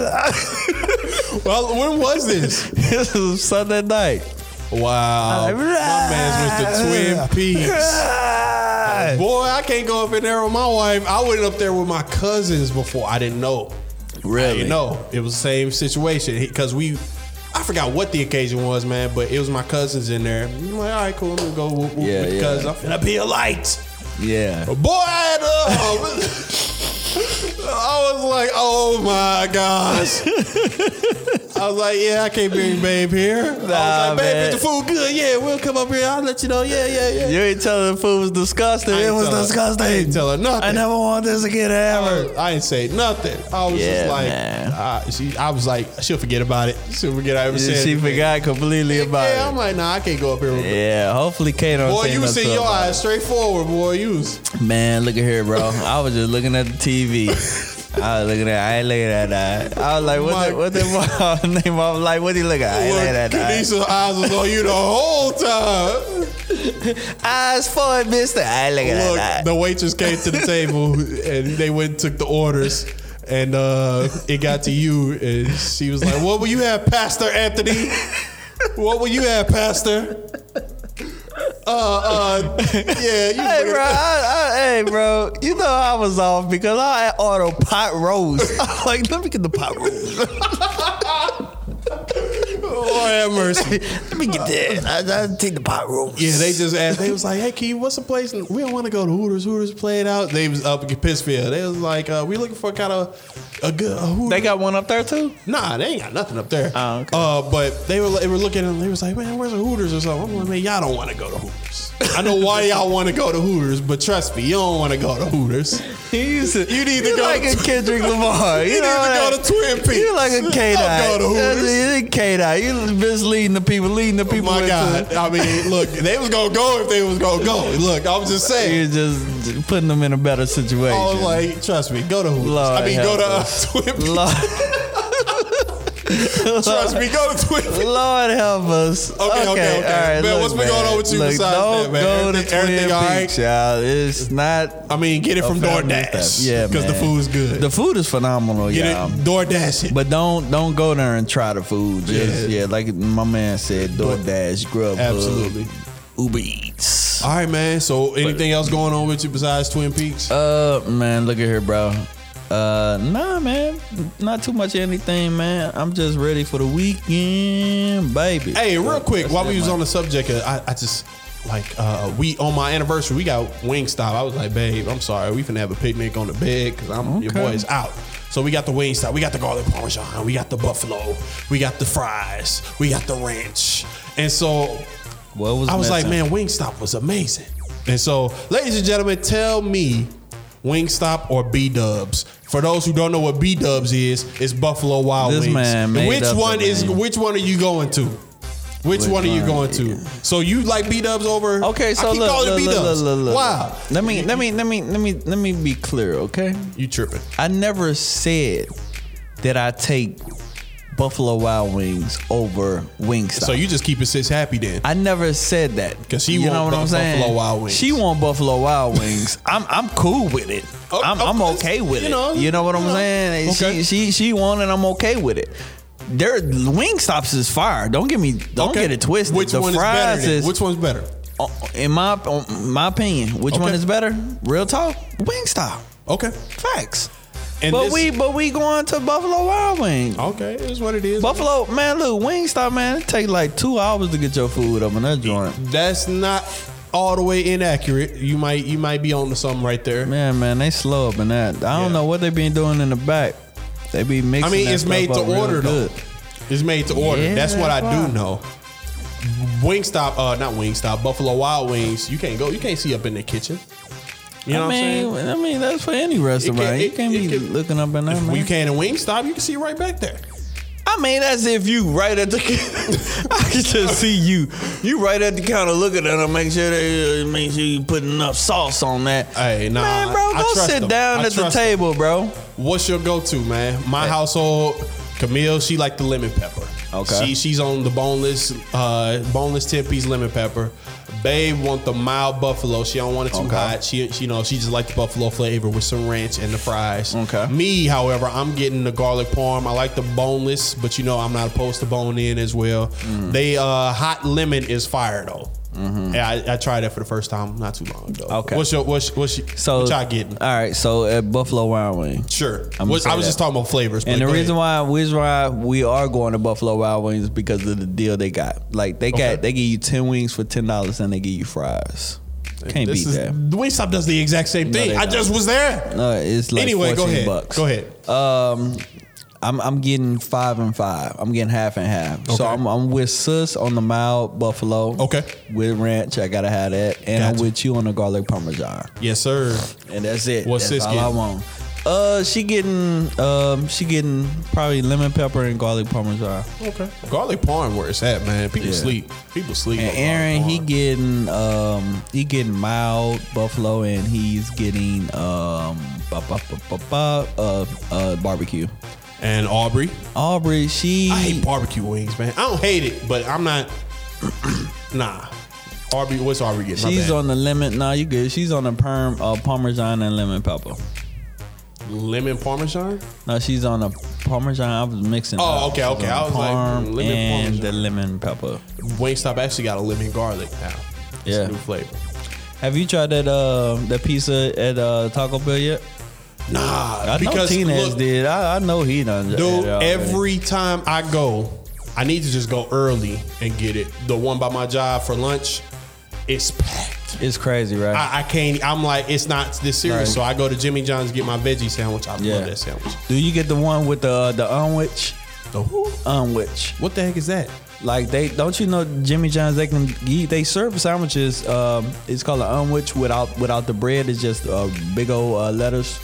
Speaker 1: Well, when was this?
Speaker 2: this was Sunday night.
Speaker 1: Wow. my man's went to Twin Peaks. Boy, I can't go up in there with my wife. I went up there with my cousins before. I didn't know.
Speaker 2: Really?
Speaker 1: You know, it was the same situation because we. I forgot what the occasion was, man, but it was my cousins in there. I'm like, all right, cool, I'm gonna go whoop, whoop
Speaker 2: Yeah,
Speaker 1: with the
Speaker 2: yeah.
Speaker 1: cousins. I'm finna be a light.
Speaker 2: Yeah.
Speaker 1: Boy, I had uh, I was like, oh my gosh. I was like, yeah, I can't bring babe here. I was
Speaker 2: Nah,
Speaker 1: like, babe,
Speaker 2: man.
Speaker 1: is the food good? Yeah, we'll come up here. I'll let you know. Yeah, yeah, yeah.
Speaker 2: You ain't telling the food was disgusting.
Speaker 1: I
Speaker 2: It
Speaker 1: ain't
Speaker 2: was
Speaker 1: tell her-
Speaker 2: disgusting.
Speaker 1: I ain't tell her nothing.
Speaker 2: I never want this again ever.
Speaker 1: I ain't say nothing. I was
Speaker 2: Yeah,
Speaker 1: just like,
Speaker 2: man.
Speaker 1: ah, she, I was like, she'll forget about it. She'll forget I ever said
Speaker 2: she
Speaker 1: anything.
Speaker 2: forgot completely about
Speaker 1: Yeah, I'm
Speaker 2: it.
Speaker 1: like, nah, I can't go up here with
Speaker 2: yeah, hopefully Kate don't
Speaker 1: Boy,
Speaker 2: say
Speaker 1: you was
Speaker 2: nothing
Speaker 1: in your
Speaker 2: about
Speaker 1: eyes straight forward, boy. You was.
Speaker 2: it. Man, look at here, bro. I was just looking at the TV. I was looking at I ain't looking at that. I was like,
Speaker 1: My-
Speaker 2: what the, what the name? I was like, what he look at? I ain't looking at that.
Speaker 1: Kanisha's eyes was on you the whole time.
Speaker 2: Eyes forward, mister. I ain't looking
Speaker 1: Look,
Speaker 2: at that.
Speaker 1: the waitress came to the table and they went and took the orders. And uh, it got to you, and she was like, "What will you have, Pastor Anthony? What will you have, Pastor?" Uh, uh, yeah, you
Speaker 2: Hey bro, I, I, hey bro, you know I was off because I ordered pot roast. I'm like, let me get the pot roast.
Speaker 1: Lord have mercy.
Speaker 2: Let me get there. I, I take the pot room.
Speaker 1: Yeah, they just asked. They was like, "Hey, Keith, what's the place? We don't want to go to Hooters. Hooters played out. They was up in Pittsfield. They was like, uh, we looking for kind of a good a Hooters.
Speaker 2: They got one up there too.
Speaker 1: Nah, they ain't got nothing up there.
Speaker 2: Oh, okay.
Speaker 1: Uh, but they were they were looking and they was like, man, where's the Hooters or something? I'm like, man, y'all don't want to go to Hooters. I know why y'all want to go to Hooters, but trust me, you don't want to go to Hooters.
Speaker 2: He used to,
Speaker 1: You need to
Speaker 2: he
Speaker 1: go
Speaker 2: like
Speaker 1: to-
Speaker 2: a Kendrick Lamar. You,
Speaker 1: You need to
Speaker 2: know,
Speaker 1: go
Speaker 2: like-
Speaker 1: to Twin Peaks.
Speaker 2: You like a K
Speaker 1: Don't
Speaker 2: dot.
Speaker 1: go to Hooters. Oh
Speaker 2: You K dot. You misleading the people, leading the people.
Speaker 1: My
Speaker 2: into-
Speaker 1: God, I mean, look, they was gonna go if they was gonna go. Look, I'm just saying.
Speaker 2: You're just putting them in a better situation.
Speaker 1: I was Oh, like, trust me, go to Hooters.
Speaker 2: Lord
Speaker 1: I mean, go
Speaker 2: help
Speaker 1: to uh,
Speaker 2: us.
Speaker 1: Twin Peaks.
Speaker 2: Lord,
Speaker 1: Trust me, go to Twin Peaks.
Speaker 2: Lord help us.
Speaker 1: okay, okay. Man,
Speaker 2: look,
Speaker 1: what's been going on with you
Speaker 2: look,
Speaker 1: besides that,
Speaker 2: don't
Speaker 1: man?
Speaker 2: Go
Speaker 1: Everything-
Speaker 2: to
Speaker 1: everything
Speaker 2: Twin
Speaker 1: all right?
Speaker 2: Peaks, y'all. It's not
Speaker 1: I mean, get it from
Speaker 2: family
Speaker 1: DoorDash.
Speaker 2: stuff. Yeah,
Speaker 1: because the
Speaker 2: man.
Speaker 1: food's good.
Speaker 2: The food is phenomenal,
Speaker 1: get
Speaker 2: y'all.
Speaker 1: it, DoorDash it.
Speaker 2: But don't don't go there and try the food. Just
Speaker 1: Yeah.
Speaker 2: yeah, like my man said, DoorDash, Grubhub,
Speaker 1: Absolutely.
Speaker 2: Uber Eats.
Speaker 1: All right, man. So, anything else going on with you besides Twin Peaks?
Speaker 2: Uh, man, look at here, bro. Uh, nah, man, not too much of anything, man. I'm just ready for the weekend, baby.
Speaker 1: hey, real
Speaker 2: That's
Speaker 1: quick, while
Speaker 2: it,
Speaker 1: we was
Speaker 2: man.
Speaker 1: on the subject, uh, I, I just like uh, we on my anniversary, we got Wingstop. I was like, babe, I'm sorry, we finna have a picnic on the bed because I'm your
Speaker 2: Okay.
Speaker 1: boy is out. So we got the Wingstop, we got the garlic parmesan, we got the buffalo, we got the fries, we got the ranch, and so
Speaker 2: what was
Speaker 1: I was like,
Speaker 2: missing?
Speaker 1: man, Wingstop was amazing. And so, ladies and gentlemen, tell me Wingstop or B Dubs. For those who don't know what B Dubs is, it's Buffalo Wild
Speaker 2: This
Speaker 1: Wings.
Speaker 2: man
Speaker 1: And
Speaker 2: made
Speaker 1: which
Speaker 2: up the
Speaker 1: one is
Speaker 2: name.
Speaker 1: which one are you going to? Which,
Speaker 2: Which
Speaker 1: one are you
Speaker 2: one?
Speaker 1: going to? So you like B Dubs over?
Speaker 2: Okay, so
Speaker 1: I keep
Speaker 2: look,
Speaker 1: calling
Speaker 2: look,
Speaker 1: B
Speaker 2: look, look,
Speaker 1: Dubs.
Speaker 2: look, look.
Speaker 1: Wow,
Speaker 2: Let me, let me, let me, let me, let me be clear, okay?
Speaker 1: you tripping?
Speaker 2: I never said that I take Buffalo Wild Wings over Wingstop.
Speaker 1: So you just keeping sis happy then?
Speaker 2: I never said that
Speaker 1: 'Cause she
Speaker 2: you
Speaker 1: want
Speaker 2: know what
Speaker 1: Bu-
Speaker 2: I'm saying.
Speaker 1: Buffalo Wild Wings.
Speaker 2: She want Buffalo Wild Wings. I'm I'm cool with it.
Speaker 1: Oh,
Speaker 2: I'm,
Speaker 1: of
Speaker 2: I'm
Speaker 1: course.
Speaker 2: okay with
Speaker 1: You
Speaker 2: it.
Speaker 1: know,
Speaker 2: you know what I'm
Speaker 1: you know.
Speaker 2: saying?
Speaker 1: Okay.
Speaker 2: She she she want it. I'm okay with it. Their wing stops is fire. Don't get me. Don't
Speaker 1: Okay.
Speaker 2: get it twisted.
Speaker 1: Which
Speaker 2: the
Speaker 1: one is
Speaker 2: fries
Speaker 1: better? Then? Which one's better?
Speaker 2: uh, in my uh, my opinion, which one
Speaker 1: Okay.
Speaker 2: is better? Real talk, Wingstop.
Speaker 1: Okay,
Speaker 2: Facts.
Speaker 1: And
Speaker 2: but
Speaker 1: this- Oh.
Speaker 2: we but we going to Buffalo Wild Wings.
Speaker 1: okay, it's what it is.
Speaker 2: Buffalo man, look, Wingstop man, it take like two hours to get your food up in that joint.
Speaker 1: That's not all the way inaccurate. You might you might be onto something right there.
Speaker 2: Man, man, they slow up in that. I
Speaker 1: Yeah.
Speaker 2: don't know what they been doing in the back. They be mixing.
Speaker 1: I mean,
Speaker 2: that
Speaker 1: it's
Speaker 2: stuff
Speaker 1: made to
Speaker 2: up real
Speaker 1: order though.
Speaker 2: good.
Speaker 1: It's made to order.
Speaker 2: Yeah,
Speaker 1: That's what I
Speaker 2: that's
Speaker 1: do
Speaker 2: why.
Speaker 1: know. Wingstop, uh, not Wingstop, Buffalo Wild Wings. You can't go. You can't see up in the kitchen. You know
Speaker 2: I mean,
Speaker 1: what I'm saying?
Speaker 2: I mean that's for any restaurant.
Speaker 1: it-
Speaker 2: you can't
Speaker 1: it
Speaker 2: be
Speaker 1: can-
Speaker 2: looking up in that.
Speaker 1: When you
Speaker 2: Man.
Speaker 1: can't in Wingstop, you can see right back there.
Speaker 2: I mean, that's if you right at the. I can just see you. You right at the counter looking at them, make sure they uh, make sure you put enough sauce on that.
Speaker 1: Hey, nah,
Speaker 2: man, bro,
Speaker 1: I
Speaker 2: go
Speaker 1: trust
Speaker 2: sit
Speaker 1: them.
Speaker 2: down
Speaker 1: I
Speaker 2: at the
Speaker 1: trust them.
Speaker 2: table, bro.
Speaker 1: What's your go-to, man? My
Speaker 2: Eh.
Speaker 1: household, Camille, she like the lemon pepper.
Speaker 2: Okay.
Speaker 1: She she's on the boneless, uh, boneless ten piece lemon pepper. Babe want the mild buffalo. She don't want it too
Speaker 2: Okay.
Speaker 1: hot. She, she you know she just like the buffalo flavor with some ranch and the fries.
Speaker 2: Okay.
Speaker 1: Me, however, I'm getting the garlic parm. I like the boneless, but you know I'm not opposed to bone in as well.
Speaker 2: Mm.
Speaker 1: They uh, hot lemon is fire though. Yeah, I, I tried that for the first time not too long ago.
Speaker 2: Mm-hmm. Okay.
Speaker 1: What's your what's what's your,
Speaker 2: So
Speaker 1: what y'all getting?
Speaker 2: All right, so at Buffalo Wild Wings.
Speaker 1: Sure.
Speaker 2: I'm
Speaker 1: What's- I
Speaker 2: gonna say
Speaker 1: was just
Speaker 2: that.
Speaker 1: talking about flavors. but
Speaker 2: And the
Speaker 1: go
Speaker 2: reason
Speaker 1: ahead.
Speaker 2: why, reason why we are going to Buffalo Wild Wings is because of the deal they got. Like they got,
Speaker 1: Okay.
Speaker 2: they give you ten wings for ten dollars and they give you fries. Can't
Speaker 1: this
Speaker 2: beat
Speaker 1: is,
Speaker 2: that.
Speaker 1: The Wingstop does the exact same
Speaker 2: they
Speaker 1: thing. I
Speaker 2: don't.
Speaker 1: just was there.
Speaker 2: No, it's like
Speaker 1: Anyway, go
Speaker 2: 14
Speaker 1: ahead.
Speaker 2: bucks.
Speaker 1: Go ahead.
Speaker 2: Um, I'm I'm getting five and five. I'm getting half and half.
Speaker 1: Okay.
Speaker 2: So I'm I'm with sus on the mild buffalo.
Speaker 1: Okay.
Speaker 2: With ranch, I gotta have that, and I'm
Speaker 1: Gotcha.
Speaker 2: with you on the garlic parmesan.
Speaker 1: Yes, sir.
Speaker 2: and that's it.
Speaker 1: What's sis
Speaker 2: that's all I
Speaker 1: getting?
Speaker 2: want. Uh, she getting um, she getting probably lemon pepper and garlic parmesan.
Speaker 1: Okay. Garlic parm where it's at, man. People
Speaker 2: Yeah.
Speaker 1: sleep. People sleep.
Speaker 2: And
Speaker 1: on
Speaker 2: Aaron, he
Speaker 1: garlic parm.
Speaker 2: getting um, he getting mild buffalo, and he's getting um, ba, ba, ba, ba, ba, uh, uh, barbecue.
Speaker 1: and Aubrey.
Speaker 2: Aubrey, she
Speaker 1: I hate barbecue wings, man. I don't hate it, but I'm not. nah. Aubrey, what's Aubrey getting? My
Speaker 2: she's
Speaker 1: bad.
Speaker 2: on the lemon. Nah, you good. She's on the perm uh, parmesan and lemon pepper.
Speaker 1: lemon parmesan.
Speaker 2: No, she's on the parmesan. I was mixing.
Speaker 1: Oh,
Speaker 2: up.
Speaker 1: okay,
Speaker 2: She's
Speaker 1: okay.
Speaker 2: on
Speaker 1: I was like,
Speaker 2: parm
Speaker 1: mm, lemon
Speaker 2: and the
Speaker 1: parmesan.
Speaker 2: lemon pepper.
Speaker 1: Wingstop actually got a lemon garlic now. It's
Speaker 2: Yeah.
Speaker 1: a new flavor.
Speaker 2: Have you tried that uh that pizza at uh, Taco Bell yet?
Speaker 1: Nah,
Speaker 2: I know
Speaker 1: because
Speaker 2: Tinez
Speaker 1: look,
Speaker 2: did. I, I know he done. had
Speaker 1: Dude,
Speaker 2: it already.
Speaker 1: every time I go, I need to just go early and get it. The one by my job for lunch, it's packed.
Speaker 2: It's crazy, right?
Speaker 1: I, I can't. I'm like, it's not this serious.
Speaker 2: Right.
Speaker 1: So I go to Jimmy John's get my veggie sandwich. I
Speaker 2: yeah.
Speaker 1: love that sandwich.
Speaker 2: Do you get the one with the the unwich?
Speaker 1: The who?
Speaker 2: Unwich.
Speaker 1: What the heck is that?
Speaker 2: Like they don't you know Jimmy John's they can eat they serve sandwiches. Um, it's called an unwich without without the bread. It's just uh, big old uh, lettuce.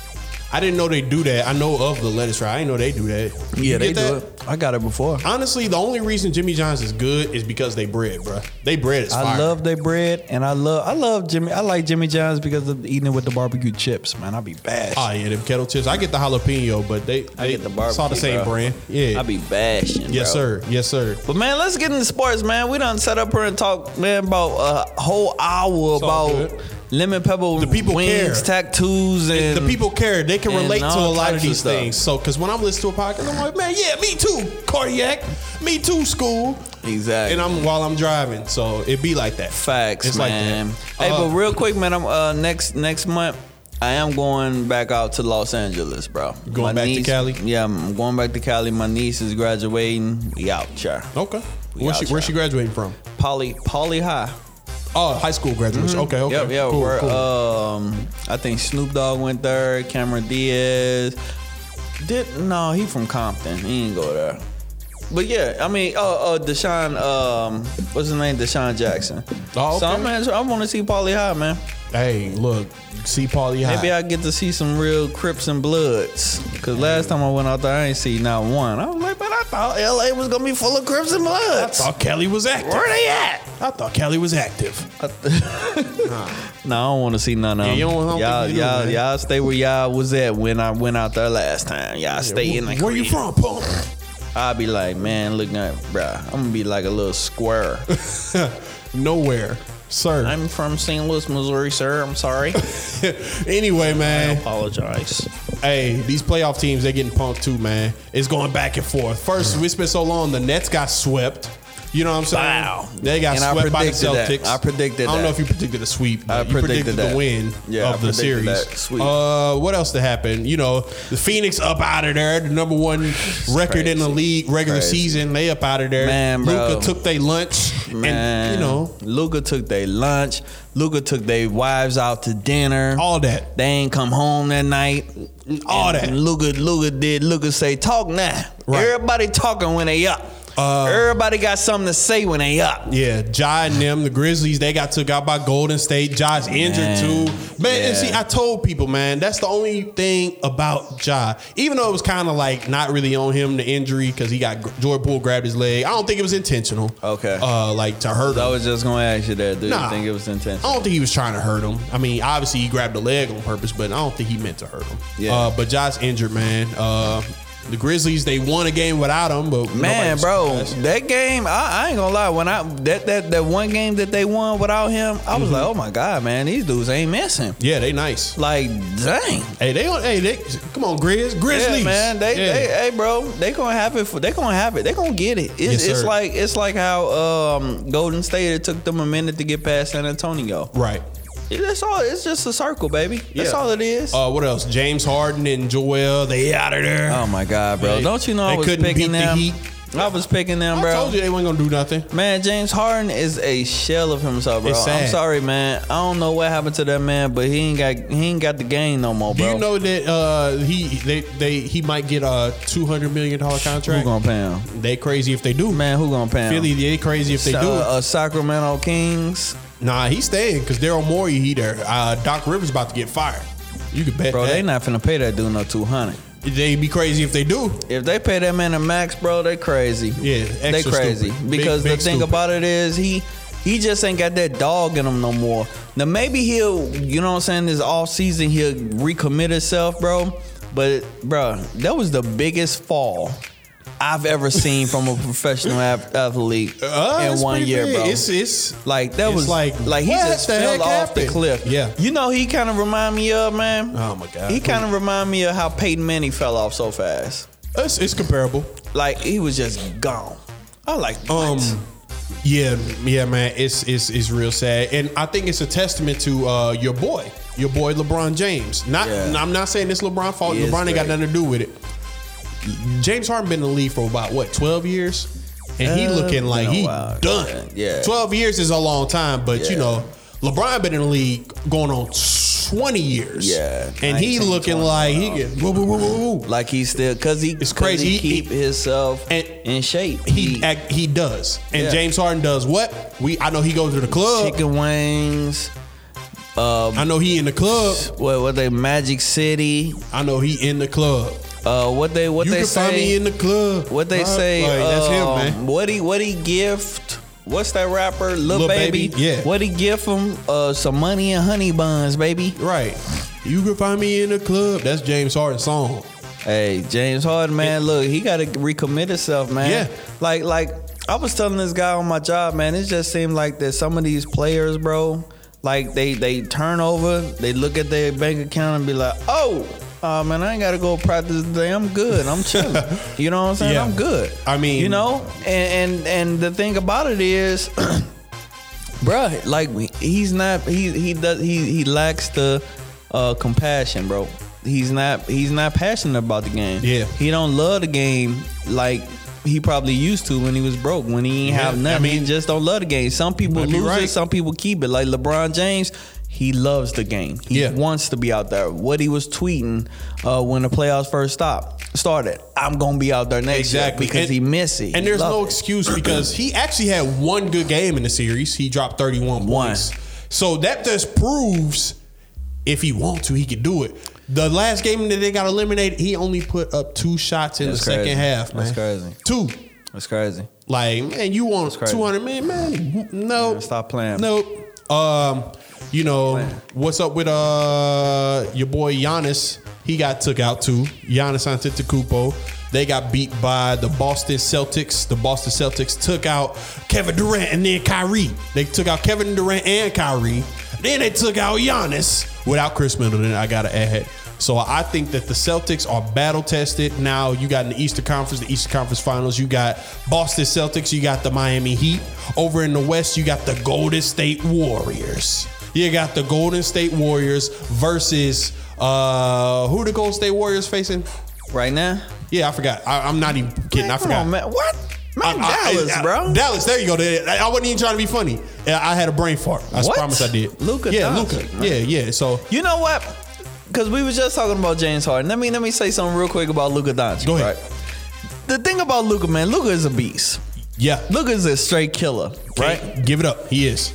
Speaker 1: I didn't know they do that. I know of the lettuce fry. I didn't know they do that. You get
Speaker 2: Yeah, they
Speaker 1: that?
Speaker 2: do it. I got it before.
Speaker 1: Honestly, the only reason Jimmy John's is good is because they bread, bruh. They bread is fire.
Speaker 2: I love their bread, and I love I love Jimmy. I like Jimmy John's because of eating it with the barbecue chips. Man, I be bashed.
Speaker 1: Oh yeah, them kettle chips. I get the jalapeno, but they,
Speaker 2: I
Speaker 1: they-
Speaker 2: get the barbecue.
Speaker 1: It's all the same
Speaker 2: bro.
Speaker 1: brand. Yeah.
Speaker 2: I be bashing.
Speaker 1: yes
Speaker 2: bro.
Speaker 1: sir. Yes sir.
Speaker 2: But man, let's get into sports, man. We done set up here and talk, man, about a whole hour
Speaker 1: all
Speaker 2: about
Speaker 1: good.
Speaker 2: lemon pepper the
Speaker 1: people
Speaker 2: wings,
Speaker 1: care.
Speaker 2: tattoos, and
Speaker 1: The people care. They can
Speaker 2: and
Speaker 1: relate to a
Speaker 2: all
Speaker 1: lot
Speaker 2: types of
Speaker 1: of these
Speaker 2: stuff.
Speaker 1: things. So, because when I'm listening to a podcast, I'm like, man, yeah, me too, cardiac, me too, school,
Speaker 2: Exactly.
Speaker 1: and I'm while I'm driving. So it be like that.
Speaker 2: Facts,
Speaker 1: It's like
Speaker 2: man.
Speaker 1: that.
Speaker 2: hey,
Speaker 1: Uh,
Speaker 2: but real quick, man. I'm uh, next next month. I am going back out to Los Angeles, bro.
Speaker 1: Going back to
Speaker 2: niece-
Speaker 1: Cali?
Speaker 2: Yeah, I'm going back to Cali. My niece is graduating. We out, yeah.
Speaker 1: Okay.
Speaker 2: We
Speaker 1: Where
Speaker 2: out
Speaker 1: she
Speaker 2: here.
Speaker 1: where she graduating from?
Speaker 2: Poly Poly High.
Speaker 1: Oh, high school graduation. Okay, okay.
Speaker 2: Mm-hmm. Yep, yeah.
Speaker 1: Cool,
Speaker 2: we're,
Speaker 1: cool.
Speaker 2: Um, I think Snoop Dogg went there. Cameron Diaz. Did no? He from Compton. He ain't go there. But yeah, I mean, oh, uh, Deshaun, um, what's his name? Deshaun Jackson.
Speaker 1: Oh, okay.
Speaker 2: So I'm, man, I want to see Polly High, man.
Speaker 1: hey, look, see Paulie High.
Speaker 2: Maybe I get to see some real Crips and Bloods. Cause last time I went out there, I ain't see not one. I was like, man, I thought LA was gonna be full of Crips and Bloods.
Speaker 1: thought Kelly was active.
Speaker 2: Where they at?
Speaker 1: I thought Kelly was active.
Speaker 2: No, I don't want to see none of them.
Speaker 1: Yeah, you don't- I don't
Speaker 2: y'all,
Speaker 1: think you do,
Speaker 2: y'all,
Speaker 1: man.
Speaker 2: y'all stay where y'all was at when I went out there last time. Y'all stay in the
Speaker 1: Where you from,
Speaker 2: crib.
Speaker 1: punk?
Speaker 2: I'll be like, man, look at, bruh, I'm gonna be like a little square.
Speaker 1: Nowhere, sir.
Speaker 2: I'm from St. Louis, Missouri, sir. I'm sorry.
Speaker 1: anyway, man.
Speaker 2: Apologize.
Speaker 1: Hey, these playoff teams, they're getting punked too, man. It's going back and forth. First, we spent so long, the Nets got swept. You know what I'm saying?
Speaker 2: Wow.
Speaker 1: They got
Speaker 2: And I
Speaker 1: swept by the
Speaker 2: predicted that.
Speaker 1: Celtics.
Speaker 2: I predicted
Speaker 1: I don't
Speaker 2: that.
Speaker 1: know if you predicted a sweep.
Speaker 2: I
Speaker 1: but you
Speaker 2: predicted
Speaker 1: predicted,
Speaker 2: that.
Speaker 1: the win
Speaker 2: Yeah, I
Speaker 1: of the
Speaker 2: predicted
Speaker 1: series.
Speaker 2: that sweep.
Speaker 1: Uh, what else to happen? You know, the Phoenix up out of there, the number one record in the
Speaker 2: crazy.
Speaker 1: league regular
Speaker 2: Crazy.
Speaker 1: season. They up out of there.
Speaker 2: Man, bro.
Speaker 1: Luca took their lunch,
Speaker 2: Man,
Speaker 1: and you know
Speaker 2: Luca took their lunch. Luca took their wives out to dinner.
Speaker 1: all that.
Speaker 2: They ain't come home that night.
Speaker 1: All that.
Speaker 2: Luca, Luca did. Luca say, talk now.
Speaker 1: Right.
Speaker 2: Everybody talking when they up.
Speaker 1: Uh,
Speaker 2: Everybody got something to say when they up.
Speaker 1: Yeah, Ja and them, the Grizzlies, they got took out by Golden State. Ja's injured
Speaker 2: Man.
Speaker 1: too. Man, and
Speaker 2: Yeah.
Speaker 1: see, I told people, man, that's the only thing about Ja. Even though it was kind of like not really on him, the injury, because he got Jordan Poole grabbed his leg. I don't think it was intentional.
Speaker 2: Okay.
Speaker 1: Uh, like to hurt
Speaker 2: I
Speaker 1: him.
Speaker 2: was just gonna ask you that. Do you
Speaker 1: Nah.
Speaker 2: think it was intentional?
Speaker 1: I don't think he was trying to hurt him. I mean, obviously he grabbed the leg on purpose, but I don't think he meant to hurt him.
Speaker 2: Yeah.
Speaker 1: Uh, but Ja's injured, man. Uh, the Grizzlies, they won a game without him, but nobody
Speaker 2: Man,
Speaker 1: was
Speaker 2: bro,
Speaker 1: surprised.
Speaker 2: that game, I, I ain't gonna lie. When I that that that one game that they won without him, I
Speaker 1: Mm-hmm.
Speaker 2: was like, oh my god, man, these dudes ain't missing.
Speaker 1: Yeah, they nice.
Speaker 2: Like, dang.
Speaker 1: Hey, they on. Hey, they come on, Grizz, Grizzlies,
Speaker 2: Yeah, man. They,
Speaker 1: Yeah.
Speaker 2: they, hey, bro. They gonna have it. For, they gonna have it. They gonna get it. It's,
Speaker 1: Yes,
Speaker 2: it's
Speaker 1: sir.
Speaker 2: like it's like how um, Golden State it took them a minute to get past San Antonio.
Speaker 1: Right.
Speaker 2: That's all. It's just a circle, baby. That's
Speaker 1: Yeah.
Speaker 2: all it is.
Speaker 1: Uh, what else? James Harden and Joel, they out of there.
Speaker 2: oh my God, bro.
Speaker 1: They-
Speaker 2: Don't you know I
Speaker 1: they
Speaker 2: was
Speaker 1: couldn't beat
Speaker 2: picking
Speaker 1: the
Speaker 2: them?
Speaker 1: Heat.
Speaker 2: I was picking them,
Speaker 1: I
Speaker 2: bro.
Speaker 1: told you they weren't gonna do nothing.
Speaker 2: Man, James Harden is a shell of himself, bro.
Speaker 1: It's
Speaker 2: I'm
Speaker 1: sad.
Speaker 2: sorry, man. I don't know what happened to that man, but he ain't got he ain't got the game no more,
Speaker 1: Do
Speaker 2: bro.
Speaker 1: you know that uh, he they, they he might get a two hundred million dollar
Speaker 2: who
Speaker 1: contract?
Speaker 2: gonna pay him?
Speaker 1: They crazy if they do.
Speaker 2: Man, who gonna pay him?
Speaker 1: Philly, they crazy if they
Speaker 2: uh,
Speaker 1: do.
Speaker 2: uh, Sacramento Kings.
Speaker 1: nah, he's staying because Daryl Morey he there. Uh, Doc Rivers about to get fired. You can bet
Speaker 2: Bro,
Speaker 1: that.
Speaker 2: they not finna pay that dude no two hundred.
Speaker 1: They be crazy if they do.
Speaker 2: If they pay that man a max, bro, they crazy.
Speaker 1: Yeah,
Speaker 2: they
Speaker 1: extra
Speaker 2: crazy.
Speaker 1: stupid. Big-
Speaker 2: Because
Speaker 1: big
Speaker 2: the thing
Speaker 1: stupid.
Speaker 2: about it is he he just ain't got that dog in him no more. Now maybe he'll you know what I'm saying this off season he'll recommit himself, bro. But bro, that was the biggest fall I've ever seen from a professional ath- athlete
Speaker 1: Uh,
Speaker 2: in
Speaker 1: it's
Speaker 2: one
Speaker 1: pretty
Speaker 2: year,
Speaker 1: big.
Speaker 2: bro.
Speaker 1: It's it's
Speaker 2: like that
Speaker 1: it's
Speaker 2: was like
Speaker 1: like,
Speaker 2: like he
Speaker 1: what
Speaker 2: just
Speaker 1: the
Speaker 2: fell
Speaker 1: heck
Speaker 2: off the
Speaker 1: happened?
Speaker 2: cliff.
Speaker 1: Yeah.
Speaker 2: you know he kind of remind me of man.
Speaker 1: Oh, my God.
Speaker 2: he kind of remind me of how Peyton Manning fell off so fast.
Speaker 1: it's it's comparable.
Speaker 2: Like he was just gone. I was like what?
Speaker 1: Um, yeah, yeah, man, it's it's it's real sad, and I think it's a testament to uh, your boy, your boy LeBron James. Not,
Speaker 2: Yeah.
Speaker 1: I'm not saying this LeBron fault.
Speaker 2: He is
Speaker 1: LeBron ain't got
Speaker 2: great.
Speaker 1: nothing to do with it. James Harden been in the league for about what 12 years. and he
Speaker 2: Uh,
Speaker 1: looking like
Speaker 2: been a
Speaker 1: he
Speaker 2: while,
Speaker 1: done.
Speaker 2: yeah.
Speaker 1: twelve years is a long time, but you
Speaker 2: Yeah.
Speaker 1: know, LeBron been in the league going on twenty years.
Speaker 2: Yeah,
Speaker 1: and he
Speaker 2: 19,
Speaker 1: looking
Speaker 2: 20,
Speaker 1: like he get woo, woo, woo, woo, woo.
Speaker 2: Like he still because he
Speaker 1: It's
Speaker 2: 'cause
Speaker 1: crazy.
Speaker 2: He
Speaker 1: He- he-
Speaker 2: keep himself
Speaker 1: And-
Speaker 2: in shape.
Speaker 1: He act, he does, and
Speaker 2: Yeah.
Speaker 1: James Harden does what? We I know he goes to the club.
Speaker 2: chicken wings.
Speaker 1: I know he in the club.
Speaker 2: What what they Magic City?
Speaker 1: I know he in the club.
Speaker 2: Uh, what they what
Speaker 1: You
Speaker 2: they
Speaker 1: can
Speaker 2: say?
Speaker 1: find me in the club.
Speaker 2: What they
Speaker 1: Huh?
Speaker 2: say?
Speaker 1: Like, that's him,
Speaker 2: um,
Speaker 1: man.
Speaker 2: What he what he gift? What's that rapper? Lil,
Speaker 1: Lil
Speaker 2: baby.
Speaker 1: Baby, yeah.
Speaker 2: What he give him? Uh, some money and honey buns, baby.
Speaker 1: Right. You can find me in the club. That's James Harden's song.
Speaker 2: Hey, James Harden, man, look, he got to recommit himself, man.
Speaker 1: Yeah.
Speaker 2: Like, like I was telling this guy on my job, man, it just seemed like that some of these players, bro, like they they turn over, they look at their bank account and be like, oh, uh, man, I ain't got to go practice today. I'm good. I'm chilling. you know what I'm saying?
Speaker 1: Yeah.
Speaker 2: I'm good.
Speaker 1: I mean-
Speaker 2: you know, and and and the thing about it is. Bruh, like he's not he he does he he lacks the uh compassion, bro. He's not he's not passionate about the game.
Speaker 1: Yeah.
Speaker 2: He don't love the game like he probably used to when he was broke, when he ain't
Speaker 1: Yeah,
Speaker 2: have nothing.
Speaker 1: I mean-
Speaker 2: he just don't love the game. Some people
Speaker 1: Might be
Speaker 2: lose it,
Speaker 1: right.
Speaker 2: some people keep it. Like LeBron James, he loves the game. He
Speaker 1: Yeah.
Speaker 2: wants to be out there. What he was tweeting uh, when the playoffs first stopped started, I'm gonna be out there next
Speaker 1: Exactly.
Speaker 2: year because
Speaker 1: And-
Speaker 2: he miss it.
Speaker 1: And
Speaker 2: He
Speaker 1: there's
Speaker 2: love
Speaker 1: no
Speaker 2: it.
Speaker 1: excuse because he actually had one good game in the series. He dropped 31
Speaker 2: One.
Speaker 1: points. So that just proves if he wants to, he could do it. The last game that they got eliminated, he only put up two shots in
Speaker 2: That's
Speaker 1: the
Speaker 2: crazy.
Speaker 1: second half, man.
Speaker 2: That's crazy.
Speaker 1: Two.
Speaker 2: That's crazy.
Speaker 1: Like, man, you want
Speaker 2: crazy.
Speaker 1: 200 million, man? No.
Speaker 2: Yeah, stop playing.
Speaker 1: Nope. Um, you know, what's up with uh your boy Giannis? He got took out too. Giannis Antetokounmpo. They got beat by the Boston Celtics. The Boston Celtics took out Kevin Durant and then Kyrie. They took out Kevin Durant and Kyrie. Then they took out Giannis without Chris Middleton. I gotta add. So I think that the Celtics are battle tested now. You got in the Eastern Conference, the Eastern Conference Finals. You got Boston Celtics. You got the Miami Heat. Over in the West, you got the Golden State Warriors. You got the Golden State Warriors versus uh who the Golden State Warriors facing?
Speaker 2: Right now?
Speaker 1: Yeah, I forgot. I, I'm not even kidding.
Speaker 2: Man,
Speaker 1: I
Speaker 2: come
Speaker 1: forgot.
Speaker 2: on, man. What? Man,
Speaker 1: I- I-
Speaker 2: Dallas,
Speaker 1: I-
Speaker 2: bro.
Speaker 1: Dallas. There you go. There- I I wasn't even trying to be funny. Yeah, I had a brain fart. I
Speaker 2: What?
Speaker 1: promise I did.
Speaker 2: Luka
Speaker 1: Yeah,
Speaker 2: Doncic,
Speaker 1: Luca.
Speaker 2: man.
Speaker 1: Yeah, yeah. So
Speaker 2: you know what? Because we were just talking about James Harden. Let me let me say something real quick about Luka Doncic.
Speaker 1: Go ahead.
Speaker 2: Right? The thing about Luka, man, Luka is a beast.
Speaker 1: yeah,
Speaker 2: Luka is a straight killer, right?
Speaker 1: Can't Give it up. He is.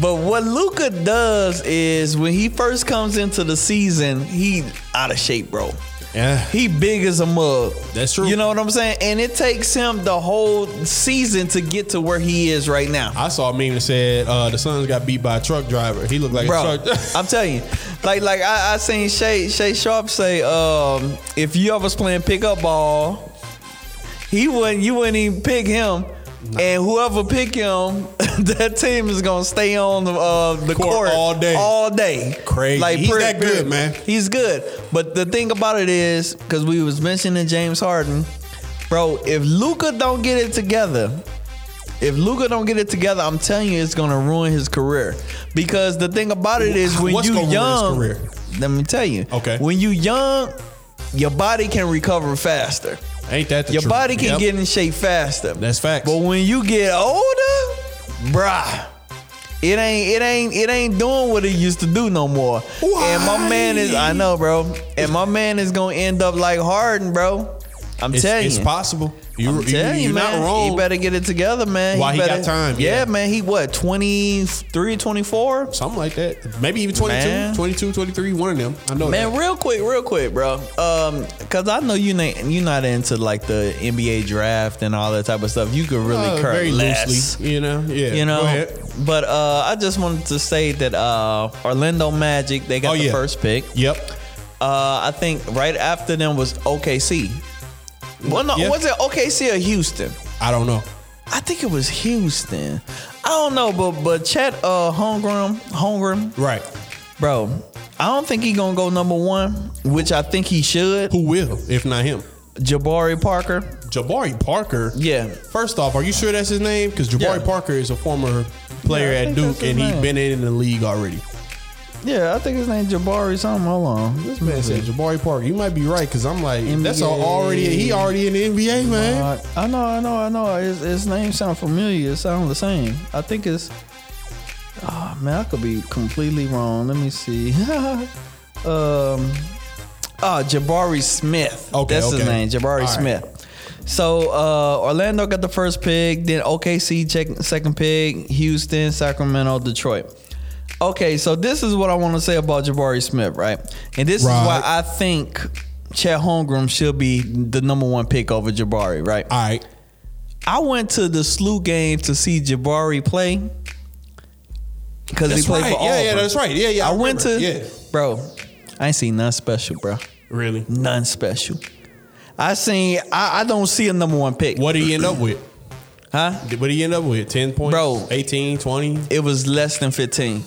Speaker 2: But what Luca does is when he first comes into the season, he out of shape, bro.
Speaker 1: Yeah.
Speaker 2: He big as a mug.
Speaker 1: That's true.
Speaker 2: You know what I'm saying? And it takes him the whole season to get to where he is right now.
Speaker 1: I saw a meme that said uh, the Suns got beat by a truck driver. He looked like a
Speaker 2: bro.
Speaker 1: truck.
Speaker 2: I'm telling you, like like I, I seen Shay Shay Sharp say, um, if you ever was playing pickup ball, he wouldn't you wouldn't even pick him. And whoever pick him, that team is gonna stay on the uh, the court,
Speaker 1: Court all day.
Speaker 2: all day.
Speaker 1: Crazy. He's
Speaker 2: pretty-
Speaker 1: that good,
Speaker 2: pretty-
Speaker 1: man.
Speaker 2: He's good. But the thing about it is, because we was mentioning James Harden, bro. If Luca don't get it together, if Luca don't get it together, I'm telling you, it's gonna ruin his career. Because the thing about it is, when
Speaker 1: What's
Speaker 2: you
Speaker 1: gonna ruin his
Speaker 2: young,
Speaker 1: career?
Speaker 2: let me tell you,
Speaker 1: Okay.
Speaker 2: when you young, your body can recover faster.
Speaker 1: Ain't that the
Speaker 2: Your
Speaker 1: truth?
Speaker 2: body can
Speaker 1: Yep.
Speaker 2: get in shape faster.
Speaker 1: That's facts.
Speaker 2: But when you get older, bruh, it ain't it ain't it ain't doing what it used to do no more. And my man is I know, bro. And my man is gonna end up like Harden, bro. I'm
Speaker 1: It's,
Speaker 2: telling
Speaker 1: it's
Speaker 2: you.
Speaker 1: possible. You,
Speaker 2: I'm
Speaker 1: you,
Speaker 2: telling you,
Speaker 1: you're
Speaker 2: man.
Speaker 1: not wrong.
Speaker 2: He better get it together, man.
Speaker 1: While he got
Speaker 2: better-
Speaker 1: time,
Speaker 2: Yeah.
Speaker 1: yeah.
Speaker 2: man. He what, 23, 24?
Speaker 1: Something like that. Maybe even 22,
Speaker 2: Man.
Speaker 1: 22, 23, one of them. I know
Speaker 2: Man,
Speaker 1: that.
Speaker 2: real quick, real quick, bro. Um, cause I know you na- you not into like the NBA draft and all that type of stuff. You could really
Speaker 1: Uh,
Speaker 2: care
Speaker 1: very
Speaker 2: less.
Speaker 1: loosely, you know. Yeah, Go
Speaker 2: You know,
Speaker 1: ahead.
Speaker 2: but uh, I just wanted to say that uh, Orlando Magic they got
Speaker 1: Oh,
Speaker 2: the
Speaker 1: yeah.
Speaker 2: first pick.
Speaker 1: Yep.
Speaker 2: Uh, I think right after them was OKC. Well, no,
Speaker 1: Yeah.
Speaker 2: was it OKC or Houston?
Speaker 1: I don't know.
Speaker 2: I think it was Houston. I don't know, but but Chet uh, Holmgren, Holmgren,
Speaker 1: Right.
Speaker 2: bro. I don't think he gonna go number one, which I think he should.
Speaker 1: Who will if not him?
Speaker 2: Jabari Parker.
Speaker 1: Jabari Parker.
Speaker 2: Yeah.
Speaker 1: First off, are you sure that's his name? Because Jabari
Speaker 2: Yeah.
Speaker 1: Parker is a former player
Speaker 2: Yeah, I
Speaker 1: at
Speaker 2: think
Speaker 1: Duke,
Speaker 2: that's his
Speaker 1: and he's
Speaker 2: name.
Speaker 1: been in the league already.
Speaker 2: Yeah, I think his name Jabari something. Hold on.
Speaker 1: This man said Jabari Park. You might be right because I'm like that's
Speaker 2: NBA.
Speaker 1: all already he already in the NBA man.
Speaker 2: Uh, I know, I know, I know. His, his name sound familiar. It sound the same. I think it's. Oh, man, I could be completely wrong. Let me see. um, ah, Jabari Smith.
Speaker 1: Okay,
Speaker 2: that's his
Speaker 1: okay.
Speaker 2: name, Jabari
Speaker 1: All right.
Speaker 2: Smith. So uh, Orlando got the first pick, then OKC check, second pick, Houston, Sacramento, Detroit. Okay, so this is what I want to say about Jabari Smith, right? And this is why
Speaker 1: Right.
Speaker 2: I think Chet Holmgren should be the number one pick over Jabari, right?
Speaker 1: All right,
Speaker 2: I went to the SLU game to see Jabari play because he
Speaker 1: that's
Speaker 2: played
Speaker 1: right.
Speaker 2: for
Speaker 1: yeah, yeah,
Speaker 2: Auburn.
Speaker 1: that's right. Yeah, yeah.
Speaker 2: I, went to,
Speaker 1: remember. yeah,
Speaker 2: bro. I ain't seen nothing special, bro.
Speaker 1: really.
Speaker 2: Nothing special. I seen. I, I don't see a number one pick.
Speaker 1: What did he end up with?
Speaker 2: Huh?
Speaker 1: What did he end up with? 10 points?
Speaker 2: Bro.
Speaker 1: 18, 20? What
Speaker 2: It was less than fifteen.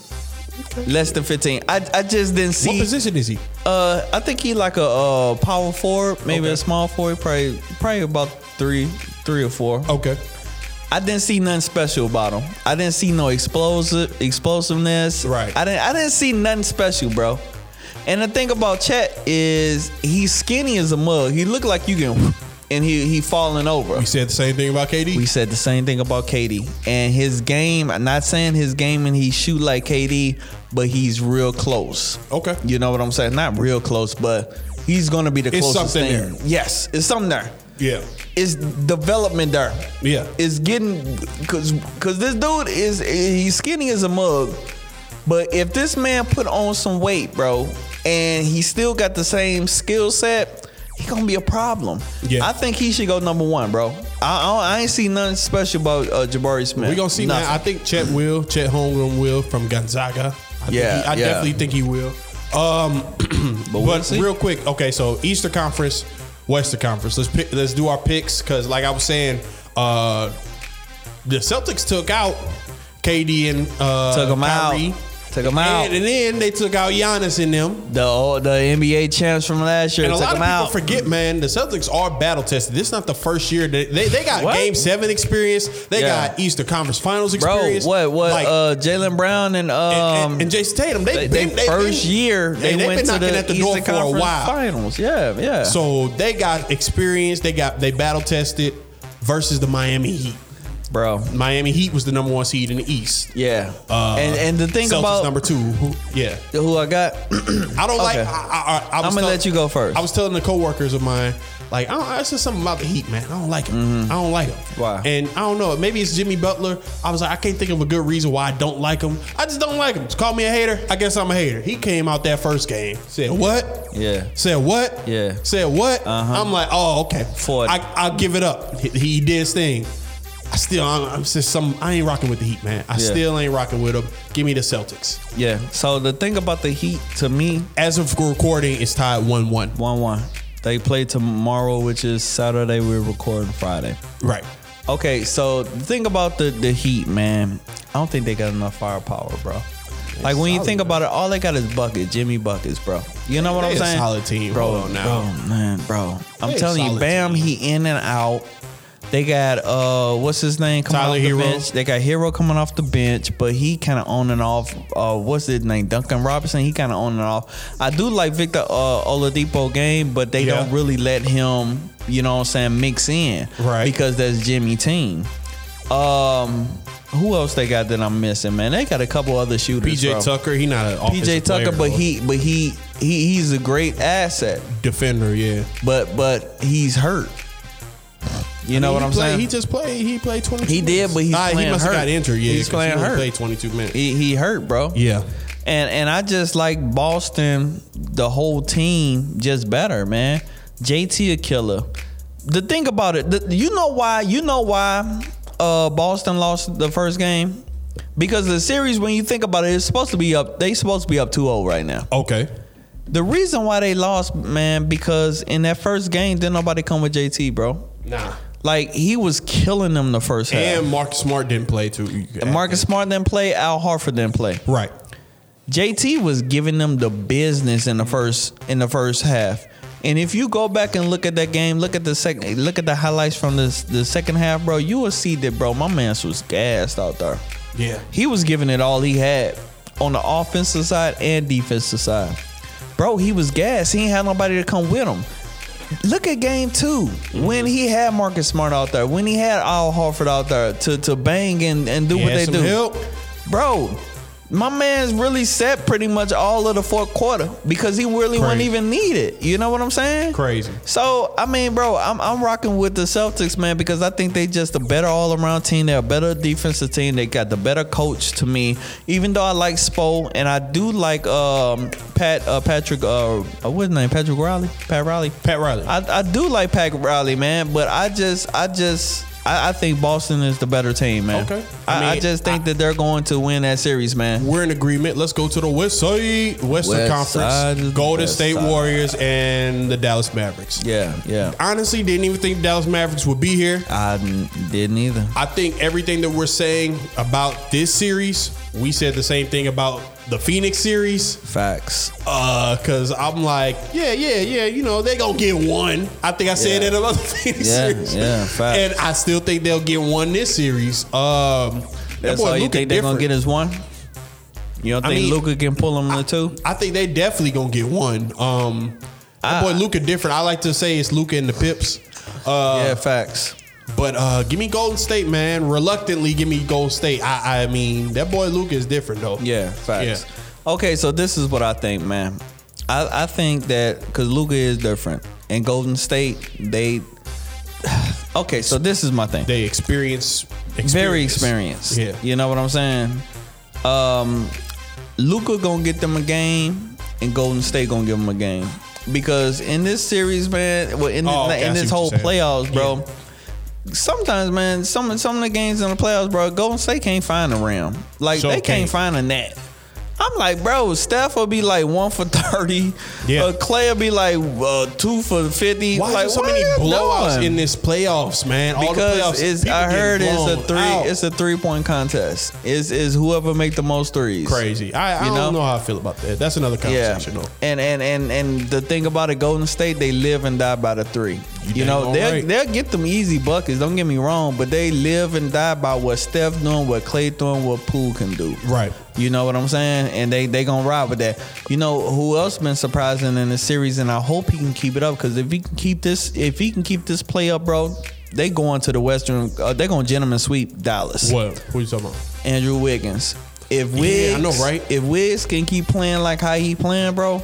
Speaker 2: Less than fifteen. I, I just didn't see.
Speaker 1: position is he?
Speaker 2: Uh, I think he like a uh, power forward, maybe
Speaker 1: Okay.
Speaker 2: a small forward, probably probably about three, three or four.
Speaker 1: Okay.
Speaker 2: I didn't see nothing special about him. I didn't see no explosive explosiveness.
Speaker 1: Right.
Speaker 2: I didn't I didn't see nothing special, bro. And the thing about Chet is he's skinny as a mug. He looked like you can, and he he falling over.
Speaker 1: We said the same thing about KD.
Speaker 2: We said the same thing about KD and his game. I'm not saying his game and he shoot like KD, but he's real close.
Speaker 1: Okay.
Speaker 2: You know what I'm saying? Not real close, but he's gonna be the
Speaker 1: It's
Speaker 2: closest
Speaker 1: something
Speaker 2: thing.
Speaker 1: there.
Speaker 2: Yes, it's something there.
Speaker 1: yeah.
Speaker 2: It's development there.
Speaker 1: Yeah.
Speaker 2: It's getting cause cause this dude is he's skinny as a mug. But if this man put on some weight, bro, and he still got the same skill set, he gonna be a problem.
Speaker 1: Yeah.
Speaker 2: I think he should go number one, bro. I I, I ain't see nothing special about uh, Jabari Smith.
Speaker 1: We're going to see,
Speaker 2: Nothing.
Speaker 1: man. I think Chet will. Chet Holmgren will from Gonzaga. I
Speaker 2: Yeah,
Speaker 1: Think he, I
Speaker 2: yeah.
Speaker 1: definitely think he will. Um,
Speaker 2: But
Speaker 1: but
Speaker 2: we'll see.
Speaker 1: real quick, okay, so Eastern Conference, Western Conference. Let's pick, let's do our picks because, like I was saying, uh, the Celtics took out KD and uh,
Speaker 2: Took 'em out.
Speaker 1: Kyrie.
Speaker 2: Took 'em out.
Speaker 1: and, and then they took out Giannis and them.
Speaker 2: the old- the NBA champs from last year
Speaker 1: And a
Speaker 2: took
Speaker 1: lot of
Speaker 2: him
Speaker 1: people
Speaker 2: out.
Speaker 1: forget, man, the Celtics are battle tested. This is not the first year that they, they got
Speaker 2: What?
Speaker 1: game seven experience. They
Speaker 2: Yeah.
Speaker 1: got Easter Conference Finals
Speaker 2: bro,
Speaker 1: experience.
Speaker 2: what what
Speaker 1: Like,
Speaker 2: uh, Jalen Brown and um
Speaker 1: and, and, and Jason Tatum, they,
Speaker 2: they,
Speaker 1: been,
Speaker 2: they
Speaker 1: they
Speaker 2: first
Speaker 1: been-
Speaker 2: year
Speaker 1: they,
Speaker 2: they,
Speaker 1: they've
Speaker 2: went
Speaker 1: been
Speaker 2: to
Speaker 1: knocking
Speaker 2: the
Speaker 1: at the
Speaker 2: Eastern
Speaker 1: door for a
Speaker 2: Conference
Speaker 1: while.
Speaker 2: Finals. Yeah, yeah.
Speaker 1: So they got experience. They got they battle tested versus the Miami Heat.
Speaker 2: bro,
Speaker 1: Miami Heat was the number one seed in the East.
Speaker 2: yeah.
Speaker 1: Uh,
Speaker 2: and and the thing
Speaker 1: Celtics
Speaker 2: about
Speaker 1: number two, who- yeah,
Speaker 2: who I got,
Speaker 1: I don't like. I,
Speaker 2: Okay.
Speaker 1: I, I, I was
Speaker 2: I'm gonna
Speaker 1: tell-
Speaker 2: let you go first.
Speaker 1: I was telling the coworkers of mine, like, I don't, it's just something about the Heat, man. I don't like it. I don't like him.
Speaker 2: Mm-hmm. Why?
Speaker 1: And I don't know. Maybe it's Jimmy Butler. I was like, I can't think of a good reason why I don't like him. I just don't like him. Call me a hater. I guess I'm a hater. He came out that first game, said what?
Speaker 2: Yeah.
Speaker 1: Said what?
Speaker 2: Yeah.
Speaker 1: Said what?
Speaker 2: Uh-huh.
Speaker 1: I'm like, oh, okay.
Speaker 2: Forty.
Speaker 1: I, I'll give it up. He, he did his thing. I still, I'm, I'm just some. I ain't rocking with the Heat, man. I
Speaker 2: Yeah.
Speaker 1: still ain't rocking with them. Give me the Celtics.
Speaker 2: yeah. So the thing about the Heat to me,
Speaker 1: As of recording, it's tied one-one.
Speaker 2: one one. They play tomorrow, which is Saturday. We're recording Friday.
Speaker 1: Right.
Speaker 2: Okay, so the thing about the the Heat, man, I don't think they got enough firepower, bro. Like when you
Speaker 1: solid,
Speaker 2: think
Speaker 1: man.
Speaker 2: about it, all they got is bucket, Jimmy buckets, bro. You know what
Speaker 1: They
Speaker 2: I'm
Speaker 1: a
Speaker 2: saying?
Speaker 1: solid team.
Speaker 2: bro.
Speaker 1: Hold on now.
Speaker 2: bro, man, bro. I'm
Speaker 1: They a
Speaker 2: telling you,
Speaker 1: solid
Speaker 2: Bam,
Speaker 1: team.
Speaker 2: he in and out. They got uh, what's his name coming
Speaker 1: Tyler
Speaker 2: off the
Speaker 1: Hero.
Speaker 2: bench. They got Hero coming off the bench, but he kind of on and off. Uh, what's his name? Duncan Robinson. He kind of on and off. I do like Victor uh, Oladipo game, but they
Speaker 1: Yeah.
Speaker 2: don't really let him. You know what I'm saying? Mix in
Speaker 1: Right.
Speaker 2: because that's Jimmy team. Um, who else they got that I'm missing, man? They got a couple other shooters.
Speaker 1: PJ
Speaker 2: bro.
Speaker 1: Tucker, he not an
Speaker 2: PJ
Speaker 1: offensive
Speaker 2: Tucker,
Speaker 1: player,
Speaker 2: but
Speaker 1: though.
Speaker 2: he, but he, he, he's a great asset,
Speaker 1: defender. Yeah,
Speaker 2: but but he's hurt. You know what
Speaker 1: He
Speaker 2: I'm
Speaker 1: play-
Speaker 2: saying?
Speaker 1: He just played. He played twenty.
Speaker 2: He did, but he's
Speaker 1: he
Speaker 2: playing
Speaker 1: must
Speaker 2: hurt.
Speaker 1: have got injured. Yeah,
Speaker 2: He's
Speaker 1: 'cause
Speaker 2: playing
Speaker 1: he only
Speaker 2: hurt.
Speaker 1: Played twenty two minutes.
Speaker 2: he, he hurt, bro.
Speaker 1: yeah,
Speaker 2: And and I just like Boston, the whole team just better, man. JT a killer. The thing about it, the, you know why? You know why uh, Boston lost the first game? Because the series, when you think about it, it's supposed to be up. They supposed to be up 2-0 right now.
Speaker 1: okay.
Speaker 2: The reason why they lost, man, because in that first game, didn't nobody come with JT, bro.
Speaker 1: Nah,
Speaker 2: Like he was killing them the first half.
Speaker 1: and Marcus Smart didn't play too. You can add
Speaker 2: Marcus Smart didn't play. Al Harford didn't play.
Speaker 1: that. right?
Speaker 2: JT was giving them the business in the first in the first half. And if you go back and look at that game, look at the second, look at the highlights from the the second half, bro. You will see that, bro. My man was gassed out there.
Speaker 1: Yeah,
Speaker 2: He was giving it all he had. on the offensive side and defensive side. Bro, he was gassed. He ain't had nobody to come with him. Look at game 2 when he had Marcus Smart out there, when he had Al Harford out there to, to bang and, and do
Speaker 1: He
Speaker 2: what
Speaker 1: had
Speaker 2: they
Speaker 1: some
Speaker 2: do.
Speaker 1: help.
Speaker 2: Bro, my man's really set pretty much all of the fourth quarter because he really wasn't
Speaker 1: Crazy.
Speaker 2: even needed. You know what I'm saying?
Speaker 1: Crazy.
Speaker 2: So I mean, bro, I'm I'm rocking with the Celtics, man, because I think they just a better all around team. They're a better defensive team. They got the better coach to me. Even though I like Spo and I do like um Pat uh, Patrick uh what's his name Patrick Riley Pat Riley
Speaker 1: Pat Riley.
Speaker 2: I, I do like Pat Riley, man, but I just I just I, I think Boston is the better team, man.
Speaker 1: Okay.
Speaker 2: I,
Speaker 1: I
Speaker 2: I
Speaker 1: mean,
Speaker 2: just think that they're going to win that series, man.
Speaker 1: We're in agreement. Let's go to the West Side, Western
Speaker 2: West
Speaker 1: Conference,
Speaker 2: side,
Speaker 1: Golden
Speaker 2: west
Speaker 1: State
Speaker 2: side.
Speaker 1: Warriors, and the Dallas Mavericks.
Speaker 2: Yeah, yeah.
Speaker 1: Honestly, didn't even think Dallas Mavericks would be here.
Speaker 2: I n- didn't either.
Speaker 1: I think everything that we're saying about this series, we said the same thing about the Phoenix series.
Speaker 2: Facts.
Speaker 1: Uh, cause I'm like, yeah, yeah, yeah. You know, they gonna get one. I think I said
Speaker 2: Yeah.
Speaker 1: that about the Phoenix
Speaker 2: Yeah,
Speaker 1: series.
Speaker 2: yeah, facts.
Speaker 1: And I still think they'll get one this series. Um, that
Speaker 2: That's
Speaker 1: boy
Speaker 2: all you
Speaker 1: Luka
Speaker 2: think they're
Speaker 1: different.
Speaker 2: gonna get is one. You don't
Speaker 1: I
Speaker 2: think
Speaker 1: mean,
Speaker 2: Luca can pull them to two?
Speaker 1: I think they definitely gonna get one. Um, that
Speaker 2: Ah.
Speaker 1: boy Luca different. I like to say it's Luca and the Pips. Uh,
Speaker 2: yeah, facts.
Speaker 1: but uh, give me Golden State, man. Reluctantly, give me Golden State. I, I mean, that boy Luca is different though.
Speaker 2: Yeah, facts.
Speaker 1: Yeah.
Speaker 2: Okay, so this is what I think, man. I, I think that because Luca is different, and Golden State, they. Okay, so this is my thing.
Speaker 1: they experience, experience.
Speaker 2: Very experienced.
Speaker 1: Yeah,
Speaker 2: You know what I'm saying? Um Luca gonna get them a game and Golden State gonna give them a game. Because in this series, man, well in,
Speaker 1: Oh, okay, I
Speaker 2: in
Speaker 1: see
Speaker 2: this
Speaker 1: what
Speaker 2: whole
Speaker 1: you're saying.
Speaker 2: playoffs, bro. Sometimes, man, some some of the games in the playoffs, bro, Golden State can't find a rim. Like
Speaker 1: Sure
Speaker 2: they can't
Speaker 1: can't.
Speaker 2: find a net. I'm like, bro, Steph will be like one for thirty.
Speaker 1: Yeah.
Speaker 2: Uh, Clay will be like uh, two for fifty.
Speaker 1: Why
Speaker 2: like,
Speaker 1: are so
Speaker 2: what
Speaker 1: many
Speaker 2: you
Speaker 1: blowouts
Speaker 2: doing?
Speaker 1: in this playoffs, man? All
Speaker 2: because
Speaker 1: the playoffs,
Speaker 2: it's
Speaker 1: people
Speaker 2: I
Speaker 1: getting
Speaker 2: heard it's a
Speaker 1: blown
Speaker 2: three
Speaker 1: out.
Speaker 2: it's a three point contest. Is is whoever make the most threes.
Speaker 1: crazy. I, I
Speaker 2: You
Speaker 1: don't
Speaker 2: know?
Speaker 1: know how I feel about that. That's another
Speaker 2: Yeah.
Speaker 1: conversation, though.
Speaker 2: And and and and the thing about it, Golden State, they live and die by the three. You,
Speaker 1: damn
Speaker 2: know,
Speaker 1: all
Speaker 2: they'll
Speaker 1: right.
Speaker 2: they'll get them easy buckets, don't get me wrong, but they live and die by what Steph doing, what Clay doing, what Poole can do.
Speaker 1: Right.
Speaker 2: You know what I'm saying? And they they gonna ride with that. You know who else been surprising in the series? And I hope he can keep it up because if he can keep this, if he can keep this play up, bro, they going to the Western. Uh, they gonna gentleman sweep Dallas.
Speaker 1: What? What are you talking about?
Speaker 2: Andrew Wiggins. If
Speaker 1: I
Speaker 2: Wiggs,
Speaker 1: know, right?
Speaker 2: If Wiggs can keep playing like how he playing, bro.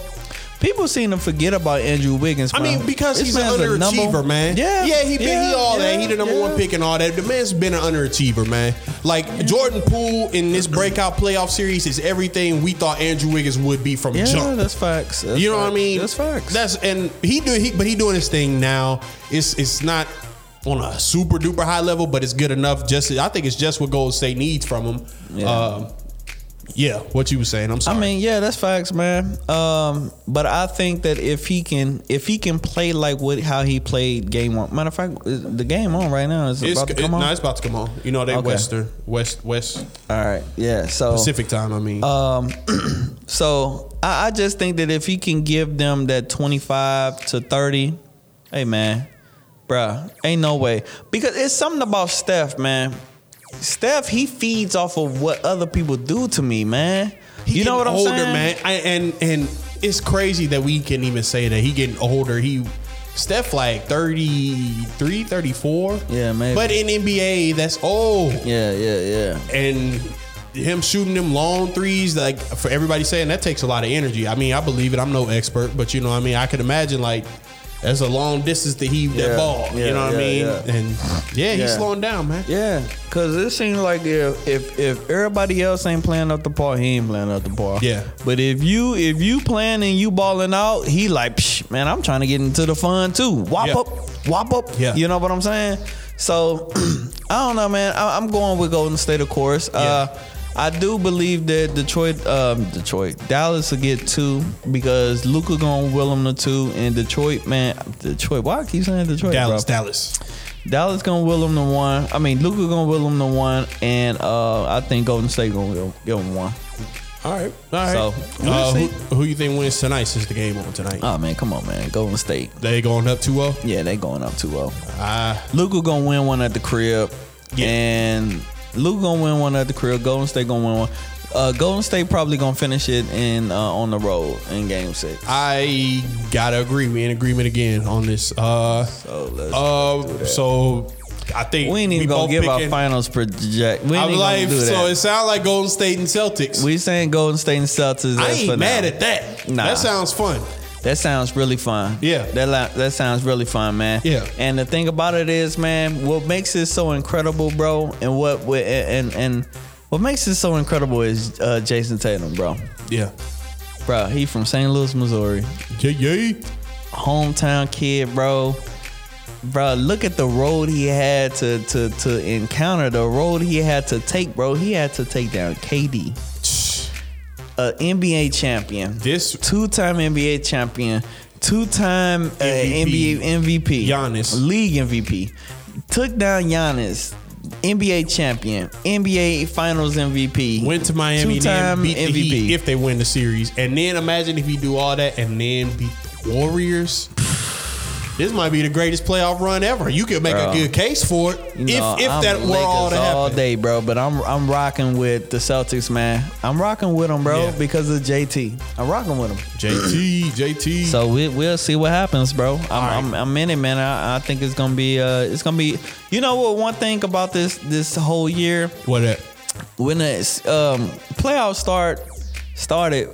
Speaker 2: People seem to forget about Andrew Wiggins.
Speaker 1: I
Speaker 2: bro.
Speaker 1: mean, because
Speaker 2: This
Speaker 1: he's an
Speaker 2: man's a number-
Speaker 1: underachiever, man.
Speaker 2: Yeah,
Speaker 1: yeah, he been he all that. He the number
Speaker 2: yeah.
Speaker 1: one pick and all that. The man's been an underachiever, man. Like Jordan Poole in this breakout playoff series is everything we thought Andrew Wiggins would be from
Speaker 2: Yeah,
Speaker 1: jump.
Speaker 2: that's facts. That's
Speaker 1: you know what I
Speaker 2: facts.
Speaker 1: mean?
Speaker 2: That's facts.
Speaker 1: That's and he do he, but he doing his thing now. It's it's not on a super duper high level, but it's good enough. Just I think it's just what Golden State needs from him.
Speaker 2: Yeah.
Speaker 1: Yeah, yeah what you were saying. I'm sorry.
Speaker 2: I mean, yeah, that's facts, man. Um, but I think that if he can, if he can play like what how he played game one. Matter of fact, is the game on right now is
Speaker 1: it's,
Speaker 2: about to
Speaker 1: it-
Speaker 2: come on.
Speaker 1: no, it's about to come on. You know they
Speaker 2: Okay. Oh.
Speaker 1: Western West West
Speaker 2: All right, yeah. So
Speaker 1: Pacific time. I mean,
Speaker 2: Um, so I, I just think that if he can give them that 25 to 30, hey man, bruh, ain't no way. Because it's something about Steph, man. Steph, he feeds off of what other people do to me, man.
Speaker 1: He
Speaker 2: you
Speaker 1: getting
Speaker 2: know what I'm
Speaker 1: older,
Speaker 2: saying?
Speaker 1: man. I, and and it's crazy that we can even say that he getting older. He Steph like 33, 34.
Speaker 2: Yeah, maybe.
Speaker 1: But in NBA, that's old.
Speaker 2: Yeah, yeah, yeah.
Speaker 1: And him shooting them long threes, like for everybody saying that takes a lot of energy. I mean, I believe it. I'm no expert, but you know, what I mean, I could imagine like that's a long distance to heave
Speaker 2: Yeah,
Speaker 1: that ball.
Speaker 2: yeah,
Speaker 1: you know what
Speaker 2: yeah,
Speaker 1: I mean?
Speaker 2: yeah.
Speaker 1: And yeah, he's
Speaker 2: Yeah.
Speaker 1: slowing down, man.
Speaker 2: Yeah, cause it seems like if, if if everybody else ain't playing up the par, he ain't playing up the par.
Speaker 1: Yeah.
Speaker 2: But if you if you playing and you balling out, he like, Psh, man, I'm trying to get into the fun too. Wop
Speaker 1: Yeah.
Speaker 2: up, wop up.
Speaker 1: Yeah.
Speaker 2: You know what I'm saying? So I don't know, man. I, I'm going with Golden State, of course. Uh, I do believe that Detroit, um, Detroit, Dallas will get two because Luca gonna will them to two, and Detroit, man, Detroit. Why I keep saying Detroit?
Speaker 1: Dallas,
Speaker 2: bro?
Speaker 1: Dallas.
Speaker 2: Dallas gonna will them the one. I mean, Luca gonna will them the one, and uh, I think Golden State gonna will, give them one.
Speaker 1: All right, all right.
Speaker 2: So, we'll
Speaker 1: uh,
Speaker 2: see.
Speaker 1: who, who you think wins tonight? Since the game on tonight,
Speaker 2: Oh man, come on, man, Golden State.
Speaker 1: they going up oh? 2-0?
Speaker 2: oh. Yeah, they going up 2-0.
Speaker 1: Ah,
Speaker 2: Luca gonna win one at the crib,
Speaker 1: Yeah.
Speaker 2: and Luke gonna win one at the crib. Golden State gonna win one. Uh, Golden State probably gonna finish it in uh, on the road in Game Six.
Speaker 1: I gotta agree. We in agreement again on this. Uh,
Speaker 2: So let's
Speaker 1: uh, so I think
Speaker 2: we ain't even gonna
Speaker 1: both
Speaker 2: give our
Speaker 1: picking-
Speaker 2: finals project. We ain't
Speaker 1: I'm
Speaker 2: even
Speaker 1: like,
Speaker 2: gonna do
Speaker 1: so
Speaker 2: that.
Speaker 1: it sounds like Golden State and Celtics.
Speaker 2: we saying Golden State and Celtics.
Speaker 1: I
Speaker 2: that's for
Speaker 1: ain't mad
Speaker 2: now.
Speaker 1: at that.
Speaker 2: Nah.
Speaker 1: That sounds fun.
Speaker 2: That sounds really fun.
Speaker 1: Yeah.
Speaker 2: That li- that sounds really fun, man.
Speaker 1: Yeah.
Speaker 2: And the thing about it is, man, what makes it so incredible, bro, and what what- and and what makes it so incredible is uh, Jason Tatum, bro.
Speaker 1: Yeah.
Speaker 2: Bro, he from St. Louis, Missouri,
Speaker 1: Yeah, yeah.
Speaker 2: hometown kid, bro. Bro, look at the road he had to to to encounter, the road he had to take, bro. He had to take down KD, a NBA champion,
Speaker 1: This
Speaker 2: two-time NBA champion, two-time uh,
Speaker 1: MVP.
Speaker 2: NBA MVP,
Speaker 1: Giannis.
Speaker 2: league MVP, took down Giannis, NBA champion, NBA Finals MVP,
Speaker 1: went to Miami
Speaker 2: two-time
Speaker 1: then beat the Heat
Speaker 2: MVP.
Speaker 1: if they win the series. And then imagine if he do all that and then beat the Warriors. This might be the greatest playoff run ever. You could make
Speaker 2: Bro.
Speaker 1: a good case for it
Speaker 2: You know,
Speaker 1: if if
Speaker 2: I'm
Speaker 1: that were all to
Speaker 2: Lakers all
Speaker 1: happen.
Speaker 2: day, bro. But I'm I'm rocking with the Celtics, man. I'm rocking with them, bro,
Speaker 1: Yeah.
Speaker 2: because of JT. I'm rocking with them.
Speaker 1: JT, JT.
Speaker 2: So we, we'll see what happens, bro. I'm,
Speaker 1: right.
Speaker 2: I'm, I'm in it, man. I, I think it's gonna be uh, it's gonna be. You know what? One thing about this this whole year,
Speaker 1: what that?
Speaker 2: when the um, playoffs start started,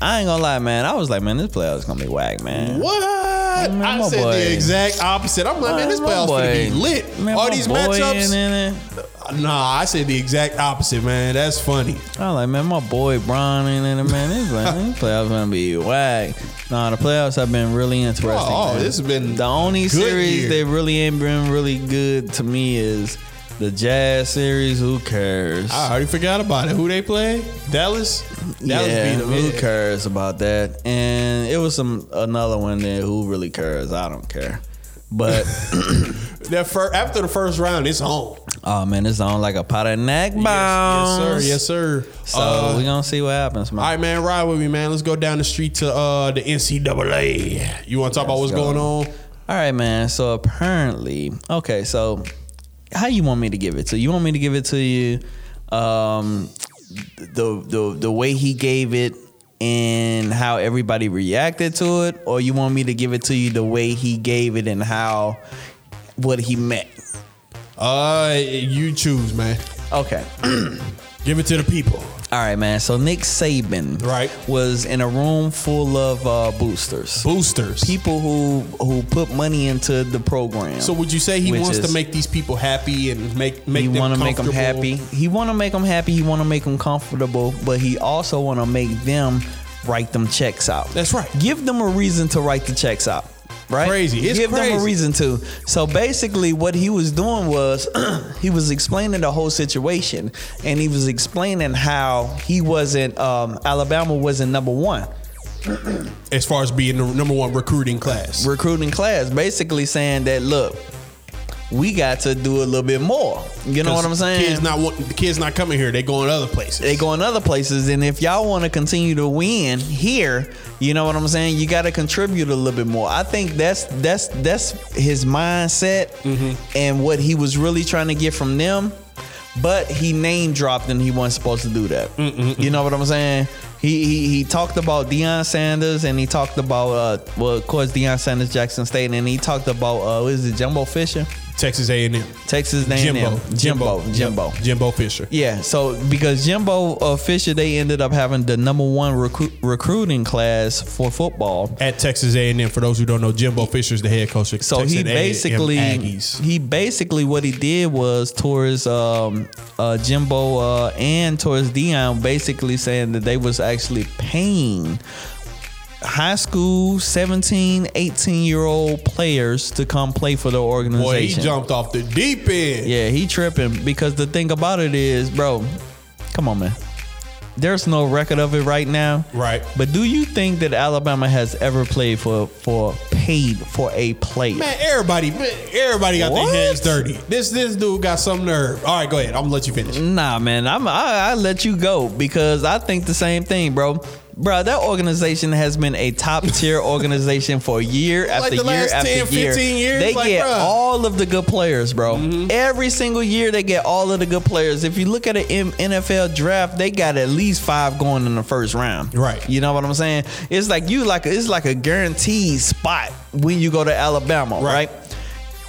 Speaker 2: I ain't gonna lie, man. I was like, man, this playoffs gonna be whack, man.
Speaker 1: What?
Speaker 2: Man,
Speaker 1: I
Speaker 2: my
Speaker 1: said
Speaker 2: boy.
Speaker 1: the exact opposite. I'm like, man, this
Speaker 2: My
Speaker 1: playoffs gonna be
Speaker 2: boy-
Speaker 1: lit.
Speaker 2: Man,
Speaker 1: all
Speaker 2: my
Speaker 1: these
Speaker 2: boy ain't
Speaker 1: matchups.
Speaker 2: in it.
Speaker 1: Nah, I said the exact opposite, man. That's funny.
Speaker 2: I was like, man, my boy Bron ain't in it, man. This, like, these playoffs gonna be whack. Nah, the playoffs have been really interesting.
Speaker 1: Oh,
Speaker 2: man.
Speaker 1: this has been
Speaker 2: the only
Speaker 1: good
Speaker 2: series
Speaker 1: year.
Speaker 2: that really ain't been really good to me is the Jazz series. Who cares?
Speaker 1: I already forgot about it. Who they play? Dallas. Dallas
Speaker 2: yeah,
Speaker 1: beat them.
Speaker 2: who cares about that? And it was some another one there. Who really cares? I don't care. But
Speaker 1: That fir- after the first round, it's on.
Speaker 2: oh man, it's on like a pot of neck
Speaker 1: Yes,
Speaker 2: bombs.
Speaker 1: yes, sir. Yes, sir.
Speaker 2: So
Speaker 1: Uh,
Speaker 2: we gonna see what happens, man.
Speaker 1: all right, man, ride with me, man. Let's go down the street to uh, the NCAA. You want to talk about what's
Speaker 2: Let's go.
Speaker 1: going on?
Speaker 2: All right, man. So apparently, okay. So how you want me to give it to you? Want me to give it to you? Um, the the the way he gave it and how everybody reacted to it, or you want me to give it to you the way he gave it and how what he meant?
Speaker 1: Uh, you choose, man.
Speaker 2: Okay.
Speaker 1: Give it to the people.
Speaker 2: All right, man. So Nick Saban,
Speaker 1: Right.
Speaker 2: was in a room full of uh, boosters,
Speaker 1: Boosters.
Speaker 2: people who who put money into the program.
Speaker 1: So would you say he
Speaker 2: Which
Speaker 1: wants
Speaker 2: is-
Speaker 1: to make these people happy and make make
Speaker 2: he
Speaker 1: them
Speaker 2: want to make them
Speaker 1: comfortable?
Speaker 2: happy. He want to make them happy. He want to make them comfortable, but he also want to make them write them checks out.
Speaker 1: That's right.
Speaker 2: Give them a reason to write the checks out. Right?
Speaker 1: Crazy. It's
Speaker 2: Give them a
Speaker 1: crazy.
Speaker 2: reason to. So basically, what he was doing was he was explaining the whole situation, and he was explaining how he wasn't um, Alabama wasn't number one
Speaker 1: as far as being the number one recruiting class.
Speaker 2: recruiting class, basically saying that look. We got to do a little bit more. You know what I'm saying?
Speaker 1: Kids not want, the kids not coming here. They going other places.
Speaker 2: they go in other places. And if y'all want to continue to win here, you know what I'm saying. You got to contribute a little bit more. I think that's that's that's his mindset and what he was really trying to get from them. But he name dropped and he wasn't supposed to do that. You know what I'm saying? He, he he talked about Deion Sanders and he talked about uh well of course Deion Sanders Jackson State and he talked about uh what is it Jumbo Fisher
Speaker 1: Texas A and M.
Speaker 2: Texas name
Speaker 1: Jimbo.
Speaker 2: Jimbo Jimbo
Speaker 1: Jimbo Fisher.
Speaker 2: yeah, so because Jimbo uh, Fisher, they ended up having the number one recruit recruiting class for football.
Speaker 1: At Texas A and M. For those who don't know, Jimbo Fisher is the head coach. Of
Speaker 2: So
Speaker 1: Texas
Speaker 2: he
Speaker 1: A&M
Speaker 2: basically,
Speaker 1: Aggies.
Speaker 2: he basically, what he did was towards um, uh, Jimbo uh, and towards Dion, basically saying that they was actually paying high school 17, 18 year old players to come play for the organization.
Speaker 1: Boy, he jumped off the deep end.
Speaker 2: Yeah, he tripping because the thing about it is, bro, come on, man. There's no record of it right now.
Speaker 1: Right.
Speaker 2: But do you think that Alabama has ever played for for paid for a player?
Speaker 1: Man, everybody, man, everybody got
Speaker 2: What?
Speaker 1: their hands dirty. This this dude got some nerve. All right, go
Speaker 2: Mm,
Speaker 1: ahead. I'm gonna let you finish.
Speaker 2: Nah, man, I'm I, I let you go because I think the same thing, bro. Bro, that organization has been a top tier organization for year after
Speaker 1: the
Speaker 2: year
Speaker 1: last
Speaker 2: after
Speaker 1: 10,
Speaker 2: year.
Speaker 1: 15 years,
Speaker 2: They
Speaker 1: like,
Speaker 2: get
Speaker 1: bruh. Mm-hmm.
Speaker 2: all of the good players, bro. Every single year they get all of the good players. If you look at an M- NFL draft, they got at least five going in the first round.
Speaker 1: Right.
Speaker 2: You know what I'm saying? It's like you like it's like a guaranteed spot when you go to Alabama,
Speaker 1: Right.
Speaker 2: right?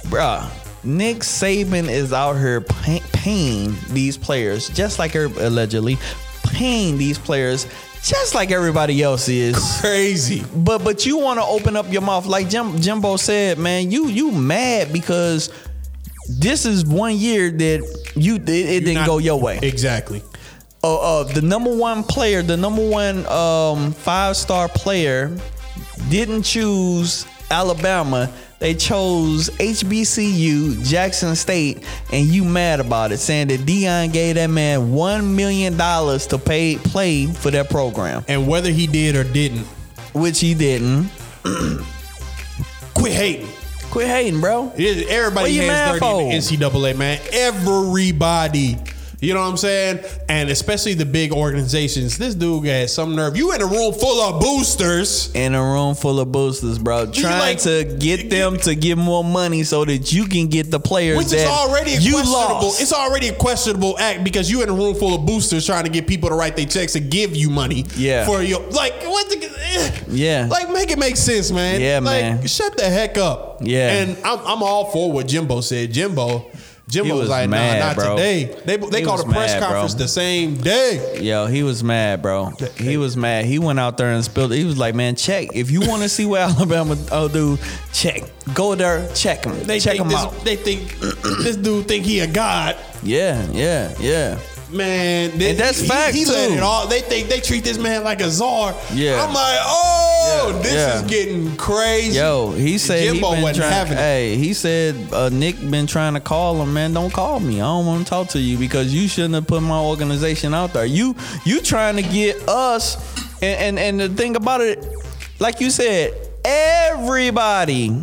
Speaker 2: Bruh, Nick Saban is out here pay- paying these players, just like every- allegedly paying these players, just like everybody else is.
Speaker 1: Crazy.
Speaker 2: But but you want to open up your mouth, like Jim, Jimbo said, man. You you mad because this is one year that you it, it didn't
Speaker 1: Not-
Speaker 2: go your way
Speaker 1: Exactly.
Speaker 2: uh, uh, the number one player, the number one um, five star player, didn't choose Alabama. They chose HBCU, Jackson State, and you mad about it, saying that Dion gave that man one million dollars to pay play for that program,
Speaker 1: And whether he did or didn't,
Speaker 2: which he didn't.
Speaker 1: quit hating.
Speaker 2: Quit hating, bro.
Speaker 1: It is- everybody
Speaker 2: What you mad
Speaker 1: hands
Speaker 2: for?
Speaker 1: dirty in the NCAA, man. Everybody. You know what I'm saying? And especially the big organizations. This dude has some nerve. You in a room full of boosters.
Speaker 2: In a room full of boosters, bro, trying
Speaker 1: like-
Speaker 2: to get them to give more money so that you can get the players
Speaker 1: Which is
Speaker 2: that
Speaker 1: already a
Speaker 2: you
Speaker 1: questionable.
Speaker 2: lost.
Speaker 1: It's already a questionable act because you in a room full of boosters trying to get people to write their checks and give you money.
Speaker 2: Yeah.
Speaker 1: For your like what the eh.
Speaker 2: Yeah.
Speaker 1: Like make it make sense, man.
Speaker 2: Yeah,
Speaker 1: like,
Speaker 2: man.
Speaker 1: Shut the heck up.
Speaker 2: Yeah.
Speaker 1: And I'm, I'm all for what Jimbo said. Jimbo. Jimbo
Speaker 2: He
Speaker 1: was,
Speaker 2: was
Speaker 1: like,
Speaker 2: mad,
Speaker 1: nah, not
Speaker 2: bro.
Speaker 1: today. They they
Speaker 2: He
Speaker 1: called
Speaker 2: was
Speaker 1: a press
Speaker 2: mad, bro.
Speaker 1: conference the same day.
Speaker 2: Yo, he was mad, bro. He was mad. He went out there and spilled. He was like, "Man, check if you want to see what Alabama oh, do. Check, go there, check him,
Speaker 1: They
Speaker 2: check
Speaker 1: think
Speaker 2: him
Speaker 1: this,
Speaker 2: out."
Speaker 1: They think this dude think he a god.
Speaker 2: Yeah, yeah, yeah.
Speaker 1: Man, this,
Speaker 2: And that's
Speaker 1: he,
Speaker 2: fact,
Speaker 1: He let
Speaker 2: too.
Speaker 1: it all. They think they treat this man like a czar.
Speaker 2: Yeah.
Speaker 1: I'm like, oh,
Speaker 2: Yeah,
Speaker 1: this
Speaker 2: yeah.
Speaker 1: is getting crazy.
Speaker 2: Yo, he said
Speaker 1: Jimbo
Speaker 2: he been
Speaker 1: wasn't
Speaker 2: trying-
Speaker 1: having it.
Speaker 2: Hey, he said uh, Nick been trying to call him. Man, don't call me. I don't want to talk to you because you shouldn't have put my organization out there. You you trying to get us and and, and the thing about it, like you said, everybody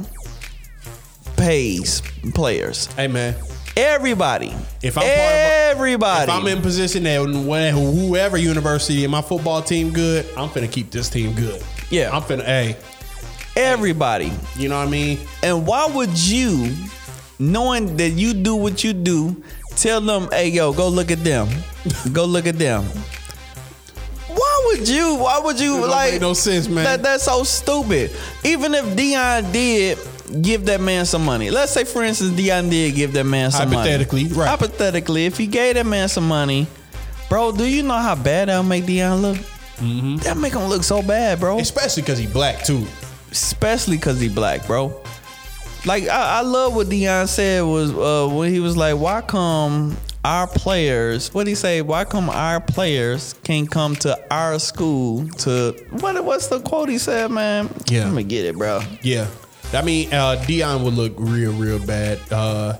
Speaker 2: pays players.
Speaker 1: Hey man,
Speaker 2: Everybody.
Speaker 1: If I'm part of a-
Speaker 2: everybody.
Speaker 1: if I'm in position that when whoever university and my football team good, I'm finna keep this team good.
Speaker 2: Yeah.
Speaker 1: I'm finna. Hey,
Speaker 2: everybody.
Speaker 1: you know what I mean?
Speaker 2: And why would you, knowing that you do what you do, tell them, hey yo, go look at them. go look at them. Why would you? Why would you
Speaker 1: don't
Speaker 2: like
Speaker 1: make no sense, man.
Speaker 2: That, that's so stupid. Even if Dion did give that man some money. Let's say for instance Dion did give that man some
Speaker 1: Hypothetically,
Speaker 2: money.
Speaker 1: right.
Speaker 2: Hypothetically, if he gave that man some money, bro, do you know how bad that'll make Dion look? Mm-hmm. That make him look so bad, bro
Speaker 1: Especially because he black too.
Speaker 2: especially because he black, bro. Like I, I love what Dion said was uh, when he was like, "Why come our players? What would he say? Why come our players can't come to our school to what? What's the quote he said, man?
Speaker 1: Yeah.
Speaker 2: I'm gonna get it, bro.
Speaker 1: Yeah. I mean, uh, Dion would look real, real bad. Uh,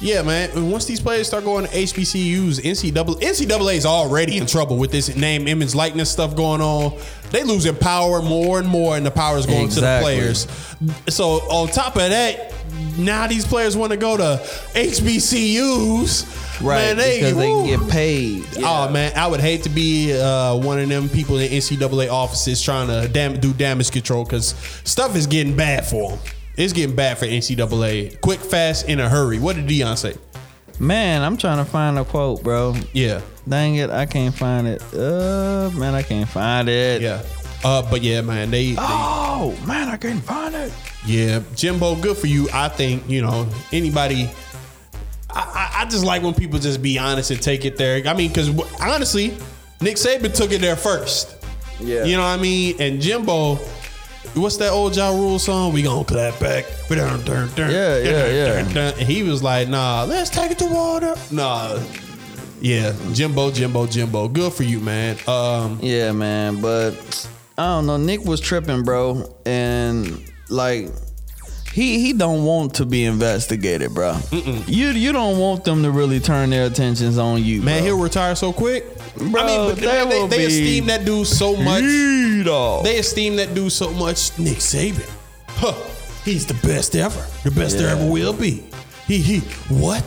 Speaker 1: yeah, man. And Once these players start going to HBCUs, NCAA, NCAA is already in trouble with this name, image, likeness stuff going on. They losing power more and more, and the power is going to
Speaker 2: Exactly.
Speaker 1: the players. So on top of that, now these players want to go to HBCUs.
Speaker 2: Right?
Speaker 1: Man, they,
Speaker 2: because they
Speaker 1: woo.
Speaker 2: can get paid. Yeah.
Speaker 1: Oh man, I would hate to be uh, one of them people in NCAA offices trying to dam- do damage control because stuff is getting bad for them. It's getting bad for NCAA. Quick, fast, in a hurry. What did Dion say?
Speaker 2: man, I'm trying to find a quote, bro.
Speaker 1: Yeah,
Speaker 2: Dang it, I can't find it. Uh, man, I can't find it.
Speaker 1: yeah. Uh, but yeah, man, they, they
Speaker 2: Oh man, I can't find it.
Speaker 1: Yeah, Jimbo, good for you. I think you know anybody. I, I, I just like when people just be honest and take it there. I mean, because honestly, Nick Saban took it there first.
Speaker 2: Yeah.
Speaker 1: you know what I mean. And Jimbo, what's that old Ja Rule song? We gonna clap back. Yeah,
Speaker 2: Yeah, yeah, yeah.
Speaker 1: And he was like, Nah, let's take it to water. Nah. Yeah, Jimbo, Jimbo, Jimbo. Good for you, man. Um,
Speaker 2: Yeah, man, but I don't know. Nick was tripping, bro, and like he he don't want to be investigated, bro. You you don't want them to really turn their attentions on you,
Speaker 1: man,
Speaker 2: Bro.
Speaker 1: he'll retire so quick.
Speaker 2: Bro,
Speaker 1: I mean, but
Speaker 2: that
Speaker 1: man, they,
Speaker 2: will
Speaker 1: they
Speaker 2: be-
Speaker 1: esteem that dude so much.
Speaker 2: Eat off.
Speaker 1: They esteem that dude so much. Nick Saban, huh? He's the best ever. The best there
Speaker 2: Yeah.
Speaker 1: ever will be. He he. What?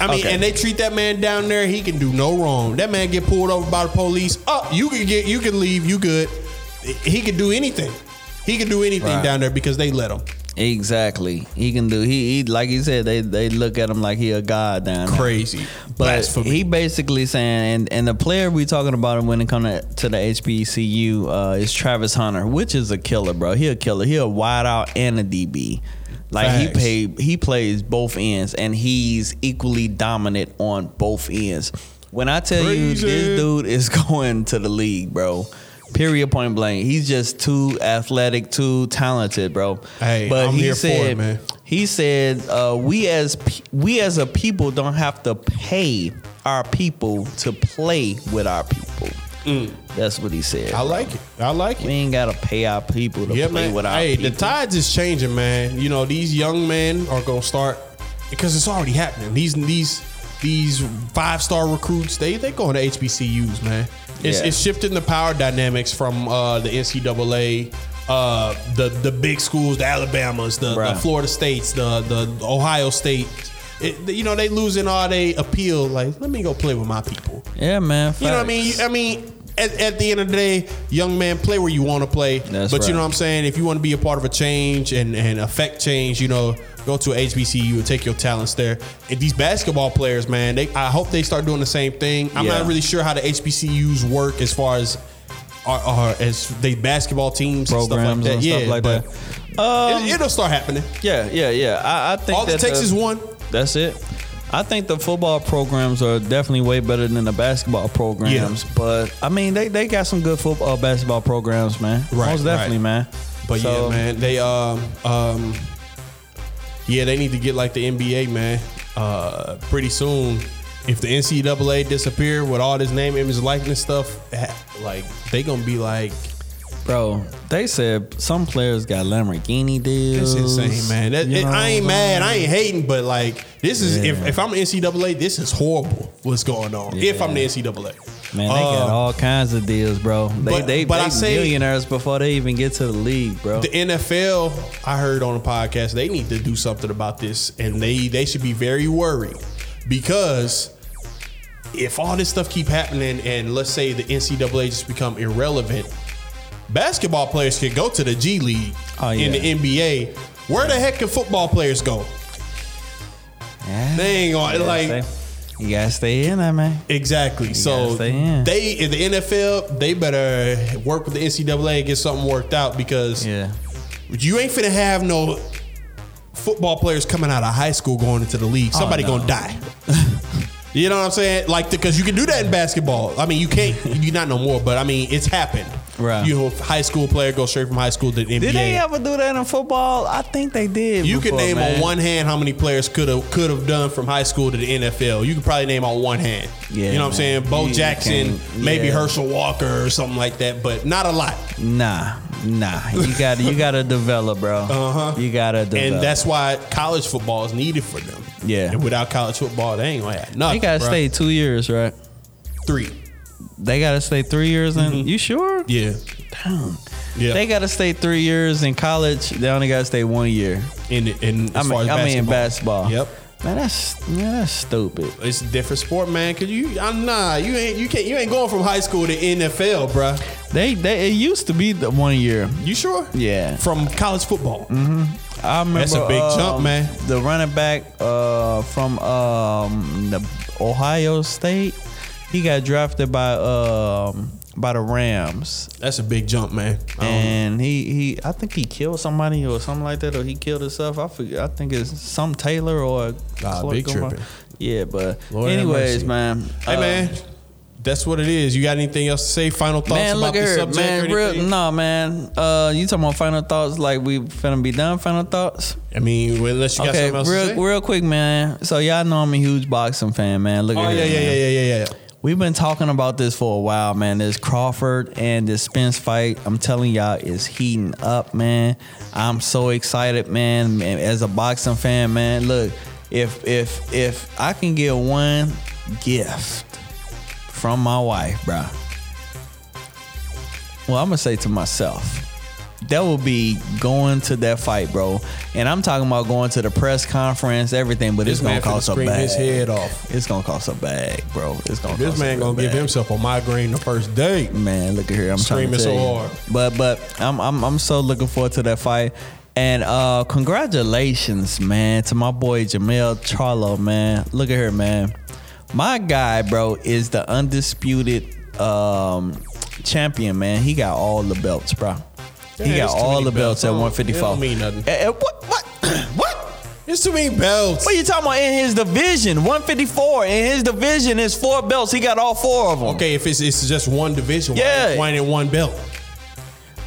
Speaker 1: I mean,
Speaker 2: Okay.
Speaker 1: and they treat that man down there. He can do no wrong. That man get pulled over by the police. Oh, you can get. You can leave. You good. he could do anything. He could do anything
Speaker 2: Right.
Speaker 1: down there because they let him.
Speaker 2: Exactly. He can do. He, he like he said. They they look at him like he a god down there.
Speaker 1: Crazy.
Speaker 2: But
Speaker 1: Blasphemy.
Speaker 2: he basically saying, and, and the player we talking about when it comes to, to the HBCU uh, is Travis Hunter, which is a killer, bro. He a killer. He a wide out and a DB. Like
Speaker 1: Facts.
Speaker 2: he pay, he plays both ends, and he's equally dominant on both ends. When I tell
Speaker 1: Crazy.
Speaker 2: you this dude is going to the league, bro. Period. Point blank. He's just too athletic, too talented, bro.
Speaker 1: Hey, I'm here for it, man.
Speaker 2: He said, uh, "We as pe- we as a people don't have to pay our people to play with our people." That's what he said.
Speaker 1: Mm. I like it. I like it.
Speaker 2: we ain't gotta pay our people to
Speaker 1: Yeah,
Speaker 2: play
Speaker 1: man.
Speaker 2: with our
Speaker 1: Hey,
Speaker 2: people.
Speaker 1: the tides is changing, man. You know, these young men are gonna start because it's already happening. These these these five star recruits, they they going to HBCUs, man. It's,
Speaker 2: Yeah.
Speaker 1: it's shifting the power dynamics from uh, the NCAA, uh, the the big schools, the Alabamas, the, the
Speaker 2: Right.
Speaker 1: Florida States, the the Ohio State. It, you know, they losing all they appeal. Like, let me go play with my people.
Speaker 2: yeah, man.
Speaker 1: You know what I
Speaker 2: facts.
Speaker 1: mean? I mean, at, at the end of the day, young man, play where you want to play.
Speaker 2: That's
Speaker 1: but you
Speaker 2: right.
Speaker 1: know what I'm saying? If you want to be a part of a change and, and affect change, you know, go to a HBCU and take your talents there. And these basketball players, man, they I hope they start doing the same thing. I'm
Speaker 2: Yeah.
Speaker 1: not really sure how the HBCUs work as far as are, are as they basketball teams
Speaker 2: Programs
Speaker 1: and
Speaker 2: and stuff
Speaker 1: stuff
Speaker 2: like
Speaker 1: like
Speaker 2: that. Uh,
Speaker 1: that. yeah, but it, will start happening.
Speaker 2: Yeah, yeah, yeah. I, I think
Speaker 1: All it
Speaker 2: that uh,
Speaker 1: takes
Speaker 2: the-
Speaker 1: is one.
Speaker 2: That's it. I think the football programs are definitely way better than the basketball programs.
Speaker 1: Yeah.
Speaker 2: But I mean, they, they got some good football uh, basketball programs, man.
Speaker 1: Right,
Speaker 2: Most definitely,
Speaker 1: right.
Speaker 2: man.
Speaker 1: But
Speaker 2: So,
Speaker 1: yeah, man, they um um yeah, they need to get like the NBA, man. Uh, pretty soon, if the NCAA disappear with all this name, image, likeness stuff, ha- like they gonna be like
Speaker 2: bro, they said some players got Lamborghini
Speaker 1: it's
Speaker 2: deals.
Speaker 1: insane, man. That,
Speaker 2: Uh, You
Speaker 1: it-
Speaker 2: know
Speaker 1: I ain't
Speaker 2: what I'm
Speaker 1: mad, I ain't hating, but like this is if,
Speaker 2: Yeah.
Speaker 1: if I'm NCAA, this is horrible. What's going on? If I'm the NCAA,
Speaker 2: saying? Man, they got
Speaker 1: Uh,
Speaker 2: all kinds of deals, bro. They
Speaker 1: but-
Speaker 2: they,
Speaker 1: but
Speaker 2: they
Speaker 1: I say-
Speaker 2: millionaires before they even get to the league, bro.
Speaker 1: The NFL, I heard on a podcast, they need to do something about this, and they they should be very worried because if all this stuff keep happening, and let's say the NCAA just become irrelevant, basketball players could go to the G League
Speaker 2: Oh, yeah.
Speaker 1: in the NBA. Where the heck can football players go?
Speaker 2: Yeah.
Speaker 1: They ain't gonna
Speaker 2: You gotta
Speaker 1: like.
Speaker 2: stay- you gotta stay in there, man.
Speaker 1: Exactly.
Speaker 2: gotta
Speaker 1: so
Speaker 2: stay in.
Speaker 1: they in the NFL, they better work with the NCAA and get something worked out because
Speaker 2: Yeah.
Speaker 1: You ain't finna have no football players coming out of high school going into the league. Somebody
Speaker 2: Oh, no.
Speaker 1: gonna die. you know what I'm saying? Like because you can do that in basketball. I mean, you can't. You not no more. But I mean, it's happened.
Speaker 2: Right.
Speaker 1: You know, if high school player goes straight from high school to NBA.
Speaker 2: Did they ever do that in football? I think they did.
Speaker 1: you can
Speaker 2: before,
Speaker 1: name
Speaker 2: man.
Speaker 1: on one hand how many players could have could have done from high school to the NFL. You could probably name on one hand.
Speaker 2: Yeah,
Speaker 1: you know what I'm saying?
Speaker 2: man.
Speaker 1: Bo
Speaker 2: You- you
Speaker 1: Jackson,
Speaker 2: can't-
Speaker 1: maybe
Speaker 2: yeah.
Speaker 1: Herschel Walker or something like that, but not a lot.
Speaker 2: Nah, nah. You got to you got to develop, bro. Uh huh. You got to develop.
Speaker 1: Uh-huh. And that's why college football is needed for them.
Speaker 2: Yeah.
Speaker 1: And without college football, they ain't gonna have nothing.
Speaker 2: they got to
Speaker 1: bruh.
Speaker 2: stay two years, right?
Speaker 1: three.
Speaker 2: They got to stay three years in. You sure?
Speaker 1: Yeah.
Speaker 2: Damn.
Speaker 1: Yeah.
Speaker 2: They got to stay three years in college. They only got to stay one year.
Speaker 1: in in
Speaker 2: I
Speaker 1: as
Speaker 2: mean,
Speaker 1: far as
Speaker 2: I
Speaker 1: basketball.
Speaker 2: mean basketball.
Speaker 1: Yep.
Speaker 2: Man, that's man, that's stupid.
Speaker 1: It's a different sport, man. Cause you, I'm nah. You ain't you can't you ain't going from high school to NFL, bruh.
Speaker 2: They they it used to be the one year.
Speaker 1: You sure?
Speaker 2: Yeah. Mm-hmm.
Speaker 1: From college football,
Speaker 2: I remember
Speaker 1: That's a big
Speaker 2: um,
Speaker 1: jump, man.
Speaker 2: The running back uh, from um, the Ohio State, he got drafted by um, by the Rams,
Speaker 1: that's a big jump, man. I don't-
Speaker 2: and he, he I think he killed somebody or something like that, or he killed himself. I forget. I think it's some Taylor or
Speaker 1: Ah,
Speaker 2: Clark
Speaker 1: big
Speaker 2: or-
Speaker 1: tripping.
Speaker 2: Yeah, but
Speaker 1: Lord have
Speaker 2: anyways,
Speaker 1: mercy.
Speaker 2: man.
Speaker 1: hey,
Speaker 2: uh,
Speaker 1: man. That's what it is. You got anything else to say? Final thoughts
Speaker 2: Man,
Speaker 1: about
Speaker 2: look
Speaker 1: the
Speaker 2: at her,
Speaker 1: subject?
Speaker 2: man.
Speaker 1: or
Speaker 2: Real,
Speaker 1: anything?
Speaker 2: nah, man. Uh, you talking about final thoughts? Like we finna be done? Final thoughts?
Speaker 1: I mean, well, unless you got
Speaker 2: Okay,
Speaker 1: something else to say.
Speaker 2: real, real quick, man. So y'all know I'm a huge boxing fan, man. Look
Speaker 1: oh
Speaker 2: at
Speaker 1: yeah,
Speaker 2: it,
Speaker 1: yeah,
Speaker 2: man.
Speaker 1: yeah, yeah, yeah, yeah.
Speaker 2: We've been talking about this for a while, man. This Crawford and this Spence fight, I'm telling y'all, is heating up, man. I'm so excited, man. man. As a boxing fan, man, look, if if if I can get one gift from my wife, bruh. Well, I'm gonna say to myself, that would be going to that fight, bro. And I'm talking about going to the press conference, everything. But
Speaker 1: This
Speaker 2: it's gonna
Speaker 1: man finna
Speaker 2: cost a
Speaker 1: scream
Speaker 2: bag.
Speaker 1: his head off.
Speaker 2: It's gonna cost a bag, bro. It's gonna.
Speaker 1: This
Speaker 2: cost a
Speaker 1: man
Speaker 2: real
Speaker 1: gonna give
Speaker 2: bag.
Speaker 1: himself a migraine the first day.
Speaker 2: Man, look at here. I'm
Speaker 1: Screaming
Speaker 2: trying to
Speaker 1: so
Speaker 2: tell you.
Speaker 1: hard.
Speaker 2: But but I'm I'm I'm so looking forward to that fight. And uh congratulations, man, to my boy Jamel Charlo, man. Look at her, man. My guy, bro, is the undisputed um champion, man. He got all the belts, bro.
Speaker 1: Yeah,
Speaker 2: he got
Speaker 1: it's too
Speaker 2: all
Speaker 1: many
Speaker 2: the
Speaker 1: belts.
Speaker 2: belts,
Speaker 1: I
Speaker 2: at
Speaker 1: don't-
Speaker 2: 154.
Speaker 1: it don't mean nothing.
Speaker 2: Eh, eh, what what what?
Speaker 1: It's too many belts.
Speaker 2: What are you talking about in his division? 154. In his division is four belts. He got all four of them.
Speaker 1: Okay, if it's it's just one division,
Speaker 2: Yeah.
Speaker 1: why ain't it one belt?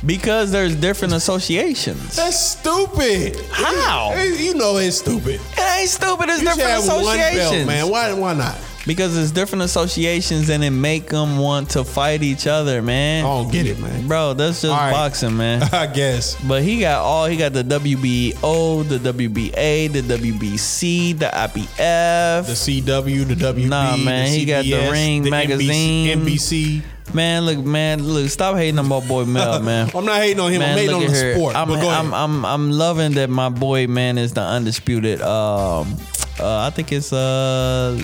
Speaker 2: Because there's different associations.
Speaker 1: That's stupid.
Speaker 2: How?
Speaker 1: Hey, You know it's stupid.
Speaker 2: It ain't stupid. It's
Speaker 1: You should
Speaker 2: different
Speaker 1: have one
Speaker 2: associations,
Speaker 1: belt, man. Why? Why not?
Speaker 2: Because it's different associations, and it make them want to fight each other, man.
Speaker 1: I don't Oh, get it, man.
Speaker 2: Bro, that's just
Speaker 1: All right.
Speaker 2: boxing, man.
Speaker 1: I guess.
Speaker 2: But he got all. He got the WBO, the WBA, the WBC, the IBF.
Speaker 1: The CW, the WB,
Speaker 2: Nah, man,
Speaker 1: the
Speaker 2: he got the
Speaker 1: CBS,
Speaker 2: Ring
Speaker 1: the
Speaker 2: magazine.
Speaker 1: NBC.
Speaker 2: man, look, man, look. Stop hating on my boy Mel, man.
Speaker 1: I'm not hating on him. I'm
Speaker 2: Man,
Speaker 1: hating
Speaker 2: look
Speaker 1: on
Speaker 2: at
Speaker 1: the
Speaker 2: here.
Speaker 1: sport.
Speaker 2: I'm,
Speaker 1: but go
Speaker 2: I'm,
Speaker 1: ahead.
Speaker 2: I'm, I'm loving that my boy man is the undisputed. Um, uh, I think it's uh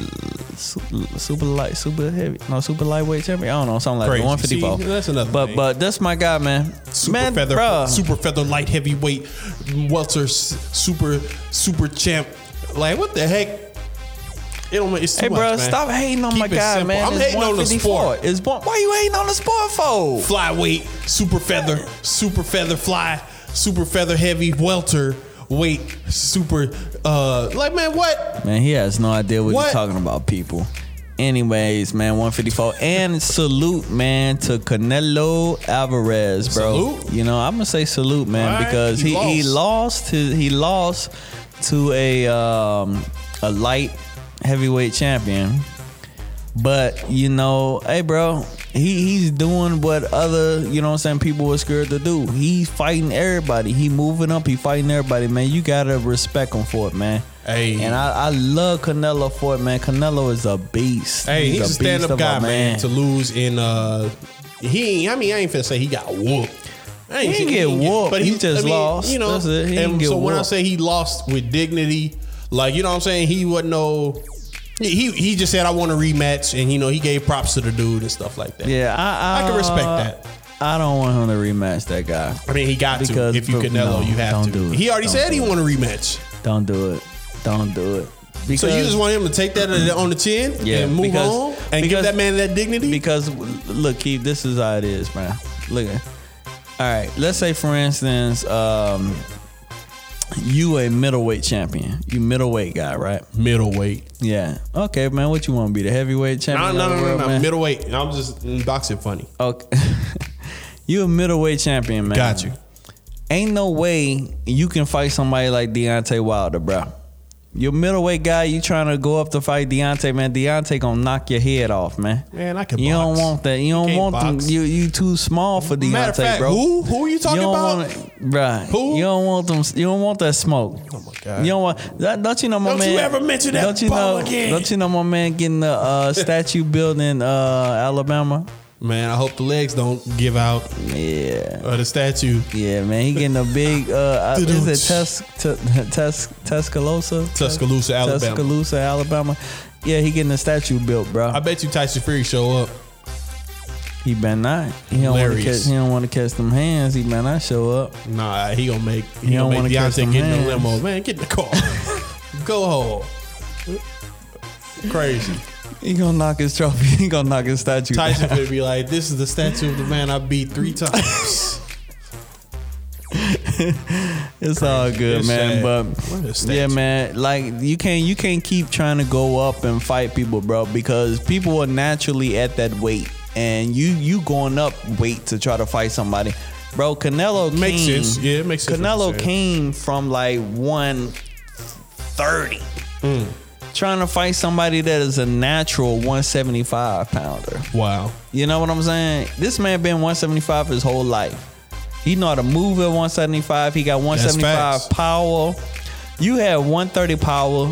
Speaker 2: su- super light, super heavy, no super lightweight champion. I don't know, something like
Speaker 1: Crazy.
Speaker 2: that. 154.
Speaker 1: See, that's another
Speaker 2: But
Speaker 1: thing.
Speaker 2: but that's my guy, man.
Speaker 1: super
Speaker 2: man,
Speaker 1: feather,
Speaker 2: bruh.
Speaker 1: super feather, light heavyweight, welter, s- super super champ. Like what the heck? It don't. It's too
Speaker 2: Hey,
Speaker 1: much,
Speaker 2: bro,
Speaker 1: man.
Speaker 2: stop hating on
Speaker 1: Keep
Speaker 2: my
Speaker 1: it
Speaker 2: guy,
Speaker 1: simple.
Speaker 2: man.
Speaker 1: I'm
Speaker 2: It's
Speaker 1: hating on the
Speaker 2: 154.
Speaker 1: sport.
Speaker 2: It's one, why you hating on the sport for?
Speaker 1: flyweight, super feather, super feather fly, super feather heavy, welter weight, super uh like man, what?
Speaker 2: Man, he has no idea what,
Speaker 1: What?
Speaker 2: he's talking about, people. Anyways, man, 154. And salute, man, to Canelo Alvarez, bro.
Speaker 1: Salute.
Speaker 2: You know, I'm gonna say salute, man,
Speaker 1: All right,
Speaker 2: because
Speaker 1: he
Speaker 2: he, he lost his, he lost to a um, a light heavyweight champion. But you know, hey bro, he, he's doing what other, you know what I'm saying, people were scared to do. He's fighting everybody. He moving up, he fighting everybody, man. You gotta respect him for it, man.
Speaker 1: Hey.
Speaker 2: And I, I love Canelo for it, man. Canelo is a beast.
Speaker 1: Hey, he's, a
Speaker 2: beast
Speaker 1: stand
Speaker 2: of
Speaker 1: up guy, man. To lose in uh he ain't- I mean I ain't finna say he got whooped. I saying
Speaker 2: He didn't get
Speaker 1: didn't
Speaker 2: whooped. He just
Speaker 1: I mean,
Speaker 2: lost.
Speaker 1: You know,
Speaker 2: That's it. He
Speaker 1: and
Speaker 2: didn't get
Speaker 1: so when I
Speaker 2: whooped.
Speaker 1: say he lost with dignity, like you know what I'm saying, he wasn't no he he just said I want a rematch and you know he gave props to the dude and stuff like that.
Speaker 2: Yeah, I, I
Speaker 1: I can respect that.
Speaker 2: I don't want him to rematch that guy.
Speaker 1: I mean, he got
Speaker 2: Because-
Speaker 1: to. If you
Speaker 2: but
Speaker 1: Canelo,
Speaker 2: no,
Speaker 1: you have
Speaker 2: don't
Speaker 1: to.
Speaker 2: do it.
Speaker 1: He already
Speaker 2: Don't
Speaker 1: said
Speaker 2: do
Speaker 1: he
Speaker 2: it.
Speaker 1: want a rematch.
Speaker 2: Don't do it. Don't do it. Because,
Speaker 1: So you just want him to take that on the chin
Speaker 2: Yeah,
Speaker 1: and move
Speaker 2: because-
Speaker 1: on and give
Speaker 2: because-
Speaker 1: that man that dignity?
Speaker 2: because look, Keith, this is how it is, man. Look, all right. Let's say, for instance, um, you a middleweight champion. You middleweight guy, right?
Speaker 1: middleweight.
Speaker 2: Yeah. Okay, man. What you want to be the heavyweight
Speaker 1: No,
Speaker 2: champion?
Speaker 1: no,
Speaker 2: of the
Speaker 1: no, no,
Speaker 2: world,
Speaker 1: no.
Speaker 2: man?
Speaker 1: Middleweight. I'm just mm, boxing funny.
Speaker 2: Okay. you a middleweight champion, man.
Speaker 1: Got you.
Speaker 2: Ain't no way you can fight somebody like Deontay Wilder, bro. Your middleweight guy, you trying to go up to fight Deontay, man. Deontay gonna knock your head off, man.
Speaker 1: Man, I can
Speaker 2: You
Speaker 1: box.
Speaker 2: don't want that. You don't
Speaker 1: can't
Speaker 2: want
Speaker 1: box.
Speaker 2: them. You you too small for Deontay,
Speaker 1: Matter of fact,
Speaker 2: bro.
Speaker 1: who? Who are you talking
Speaker 2: don't
Speaker 1: about?
Speaker 2: want, bruh,
Speaker 1: Who?
Speaker 2: You don't want them. You don't want that smoke.
Speaker 1: Oh my God.
Speaker 2: You don't want. That, don't you know my
Speaker 1: Don't
Speaker 2: man?
Speaker 1: you ever mention that
Speaker 2: Don't you
Speaker 1: bum
Speaker 2: know?
Speaker 1: again.
Speaker 2: Don't you know my man getting the uh, statue built in uh, Alabama?
Speaker 1: Man, I hope the legs don't give out
Speaker 2: Yeah.
Speaker 1: or the statue.
Speaker 2: Yeah, man, he getting a big. Uh, uh, is it Tus- Tu- Tus- Tuscaloosa?
Speaker 1: Tuscaloosa, Alabama.
Speaker 2: Tuscaloosa, Alabama. Yeah, he getting a statue built, bro.
Speaker 1: I bet you Tyson Fury show up.
Speaker 2: He better not. He don't want to
Speaker 1: Hilarious.
Speaker 2: catch. He don't want to catch them hands. He better not show up.
Speaker 1: Nah, he gonna make he,
Speaker 2: You don't
Speaker 1: gonna make
Speaker 2: wanna catch
Speaker 1: Deontay
Speaker 2: them
Speaker 1: get in the
Speaker 2: hands.
Speaker 1: limo. Man, get in the car. Go home. Crazy.
Speaker 2: He gonna knock his trophy. He gonna knock his statue. down.
Speaker 1: Tyson would be like, "This is the statue of the man I beat three times."
Speaker 2: It's all good,
Speaker 1: It's sad.
Speaker 2: man.
Speaker 1: What a
Speaker 2: But
Speaker 1: statue.
Speaker 2: yeah, man, like you can't you can't keep trying to go up and fight people, bro, because people are naturally at that weight, and you you going up weight to try to fight somebody, bro. Canelo
Speaker 1: Makes
Speaker 2: came-
Speaker 1: sense. Yeah, it makes sense what
Speaker 2: Canelo
Speaker 1: you're saying.
Speaker 2: came from like one thirty.
Speaker 1: Mm.
Speaker 2: Trying to fight somebody that is a natural 175 pounder.
Speaker 1: wow.
Speaker 2: You know what I'm saying? This man been 175 his whole life. He know how to move at 175. He got 175
Speaker 1: facts.
Speaker 2: power. You had 130 power.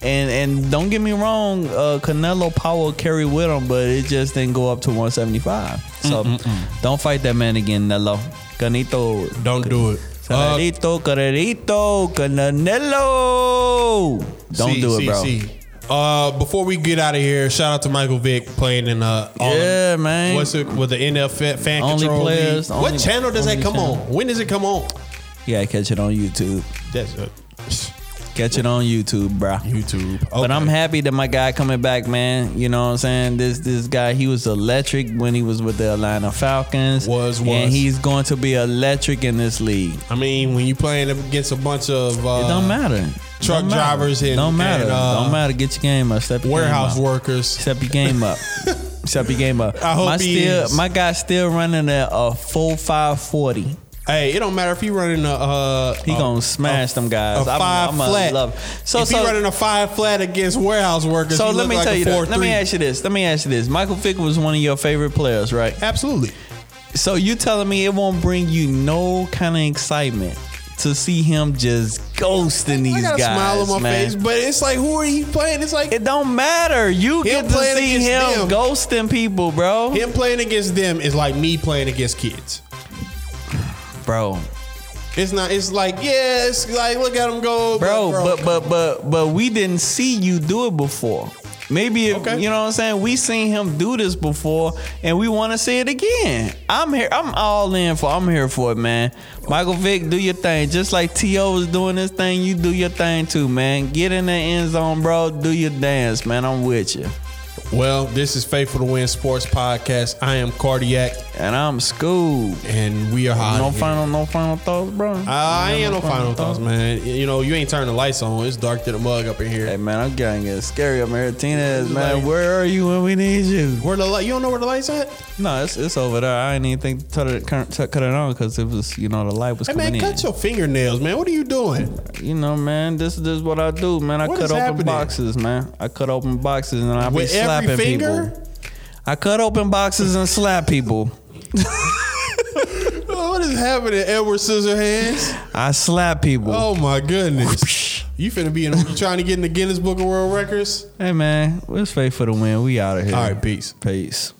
Speaker 2: And and don't get me wrong, uh, Canelo power carry with him, but it just didn't go up to 175. So
Speaker 1: Mm,
Speaker 2: don't fight that man again, Nello. Canito.
Speaker 1: Don't do it. Uh,
Speaker 2: Canelito, Canelito, Canelo. Don't
Speaker 1: see,
Speaker 2: do it,
Speaker 1: see,
Speaker 2: bro.
Speaker 1: see. Uh, before we get out of here, shout out to Michael Vick playing in uh, all
Speaker 2: Yeah, man.
Speaker 1: What's it with the NFL fan
Speaker 2: Only
Speaker 1: control?
Speaker 2: players,
Speaker 1: league?
Speaker 2: only-
Speaker 1: what channel does that
Speaker 2: only
Speaker 1: come
Speaker 2: channel.
Speaker 1: on? When does it come on?
Speaker 2: You gotta catch it on YouTube.
Speaker 1: That's uh,
Speaker 2: Catch it on YouTube, bro.
Speaker 1: YouTube.
Speaker 2: But
Speaker 1: Okay.
Speaker 2: I'm happy that my guy coming back, man. You know what I'm saying? This this guy, he was electric when he was with the Atlanta Falcons.
Speaker 1: Was,
Speaker 2: And
Speaker 1: was.
Speaker 2: he's going to be electric in this league.
Speaker 1: I mean, when you playing against a bunch of
Speaker 2: It
Speaker 1: uh,
Speaker 2: don't matter. It
Speaker 1: truck
Speaker 2: don't matter.
Speaker 1: drivers and-
Speaker 2: don't matter.
Speaker 1: and, uh,
Speaker 2: don't matter. Get your game up. Step your
Speaker 1: warehouse
Speaker 2: game up.
Speaker 1: workers,
Speaker 2: Step your game up. Step your game up.
Speaker 1: I hope
Speaker 2: my
Speaker 1: he
Speaker 2: still
Speaker 1: is.
Speaker 2: my guy's still running a, a full five forty.
Speaker 1: hey, it don't matter if he running a uh,
Speaker 2: He
Speaker 1: a-
Speaker 2: gonna smash them guys.
Speaker 1: a
Speaker 2: I'm-
Speaker 1: 5
Speaker 2: I'm,
Speaker 1: flat.
Speaker 2: A love. So
Speaker 1: if
Speaker 2: so
Speaker 1: he running a five flat against warehouse workers,
Speaker 2: so
Speaker 1: he
Speaker 2: let
Speaker 1: look
Speaker 2: me
Speaker 1: like
Speaker 2: tell
Speaker 1: a
Speaker 2: you.
Speaker 1: Four,
Speaker 2: This. Let me
Speaker 1: three.
Speaker 2: ask you this. Let me ask you this. Michael Vick was one of your favorite players, right?
Speaker 1: Absolutely.
Speaker 2: So you telling me it won't bring you no kind of excitement to see him just ghosting these
Speaker 1: I got a
Speaker 2: guys,
Speaker 1: smile on my
Speaker 2: man?
Speaker 1: face, but it's like, who are you playing? It's like
Speaker 2: It don't matter. You get to
Speaker 1: playing
Speaker 2: see
Speaker 1: against
Speaker 2: him
Speaker 1: them.
Speaker 2: ghosting people, bro.
Speaker 1: him playing against them is like me playing against kids.
Speaker 2: Bro,
Speaker 1: It's not. It's like yeah. It's like look at him go,
Speaker 2: bro, but but but but we didn't see you do it before. Maybe if,
Speaker 1: Okay.
Speaker 2: you know what I'm saying. We seen him do this before, and we want to see it again. I'm here. I'm all in for. I'm here for it, man. Michael Vick, do your thing. Just like To is doing his thing, you do your thing too, man. Get in the end zone, bro. Do your dance, man. I'm with you,
Speaker 1: well, this is Faithful to Win Sports Podcast. I am Cardiac,
Speaker 2: and I'm schooled.
Speaker 1: and we are hot.
Speaker 2: No final, no final thoughts, bro.
Speaker 1: I ain't no final thoughts, man. You know, you ain't turning the lights on. It's dark to the mug up in here.
Speaker 2: Hey man, I'm getting it scary up here. Tina,
Speaker 1: Like-
Speaker 2: man, where are you when we need you?
Speaker 1: Where the light? You don't know where the lights at?
Speaker 2: No, it's, it's over there. I didn't even think to cut it, cut cut- cut it on because it was, you know, the light was
Speaker 1: Hey
Speaker 2: coming
Speaker 1: man,
Speaker 2: in.
Speaker 1: cut your fingernails, man. What are you doing?
Speaker 2: you know, man, this, this is what I do, man. I
Speaker 1: What
Speaker 2: cut
Speaker 1: is
Speaker 2: open
Speaker 1: happening?
Speaker 2: boxes, man. I cut open boxes and I be
Speaker 1: With every
Speaker 2: slapping
Speaker 1: finger?
Speaker 2: people. I cut open boxes and slap people.
Speaker 1: Oh, What is happening, Edward Scissorhands?
Speaker 2: I slap people.
Speaker 1: Oh my goodness! You finna be in? You trying to get in the Guinness Book of World Records?
Speaker 2: Hey man, let's fight for the win. We out of here.
Speaker 1: All right, peace.
Speaker 2: peace.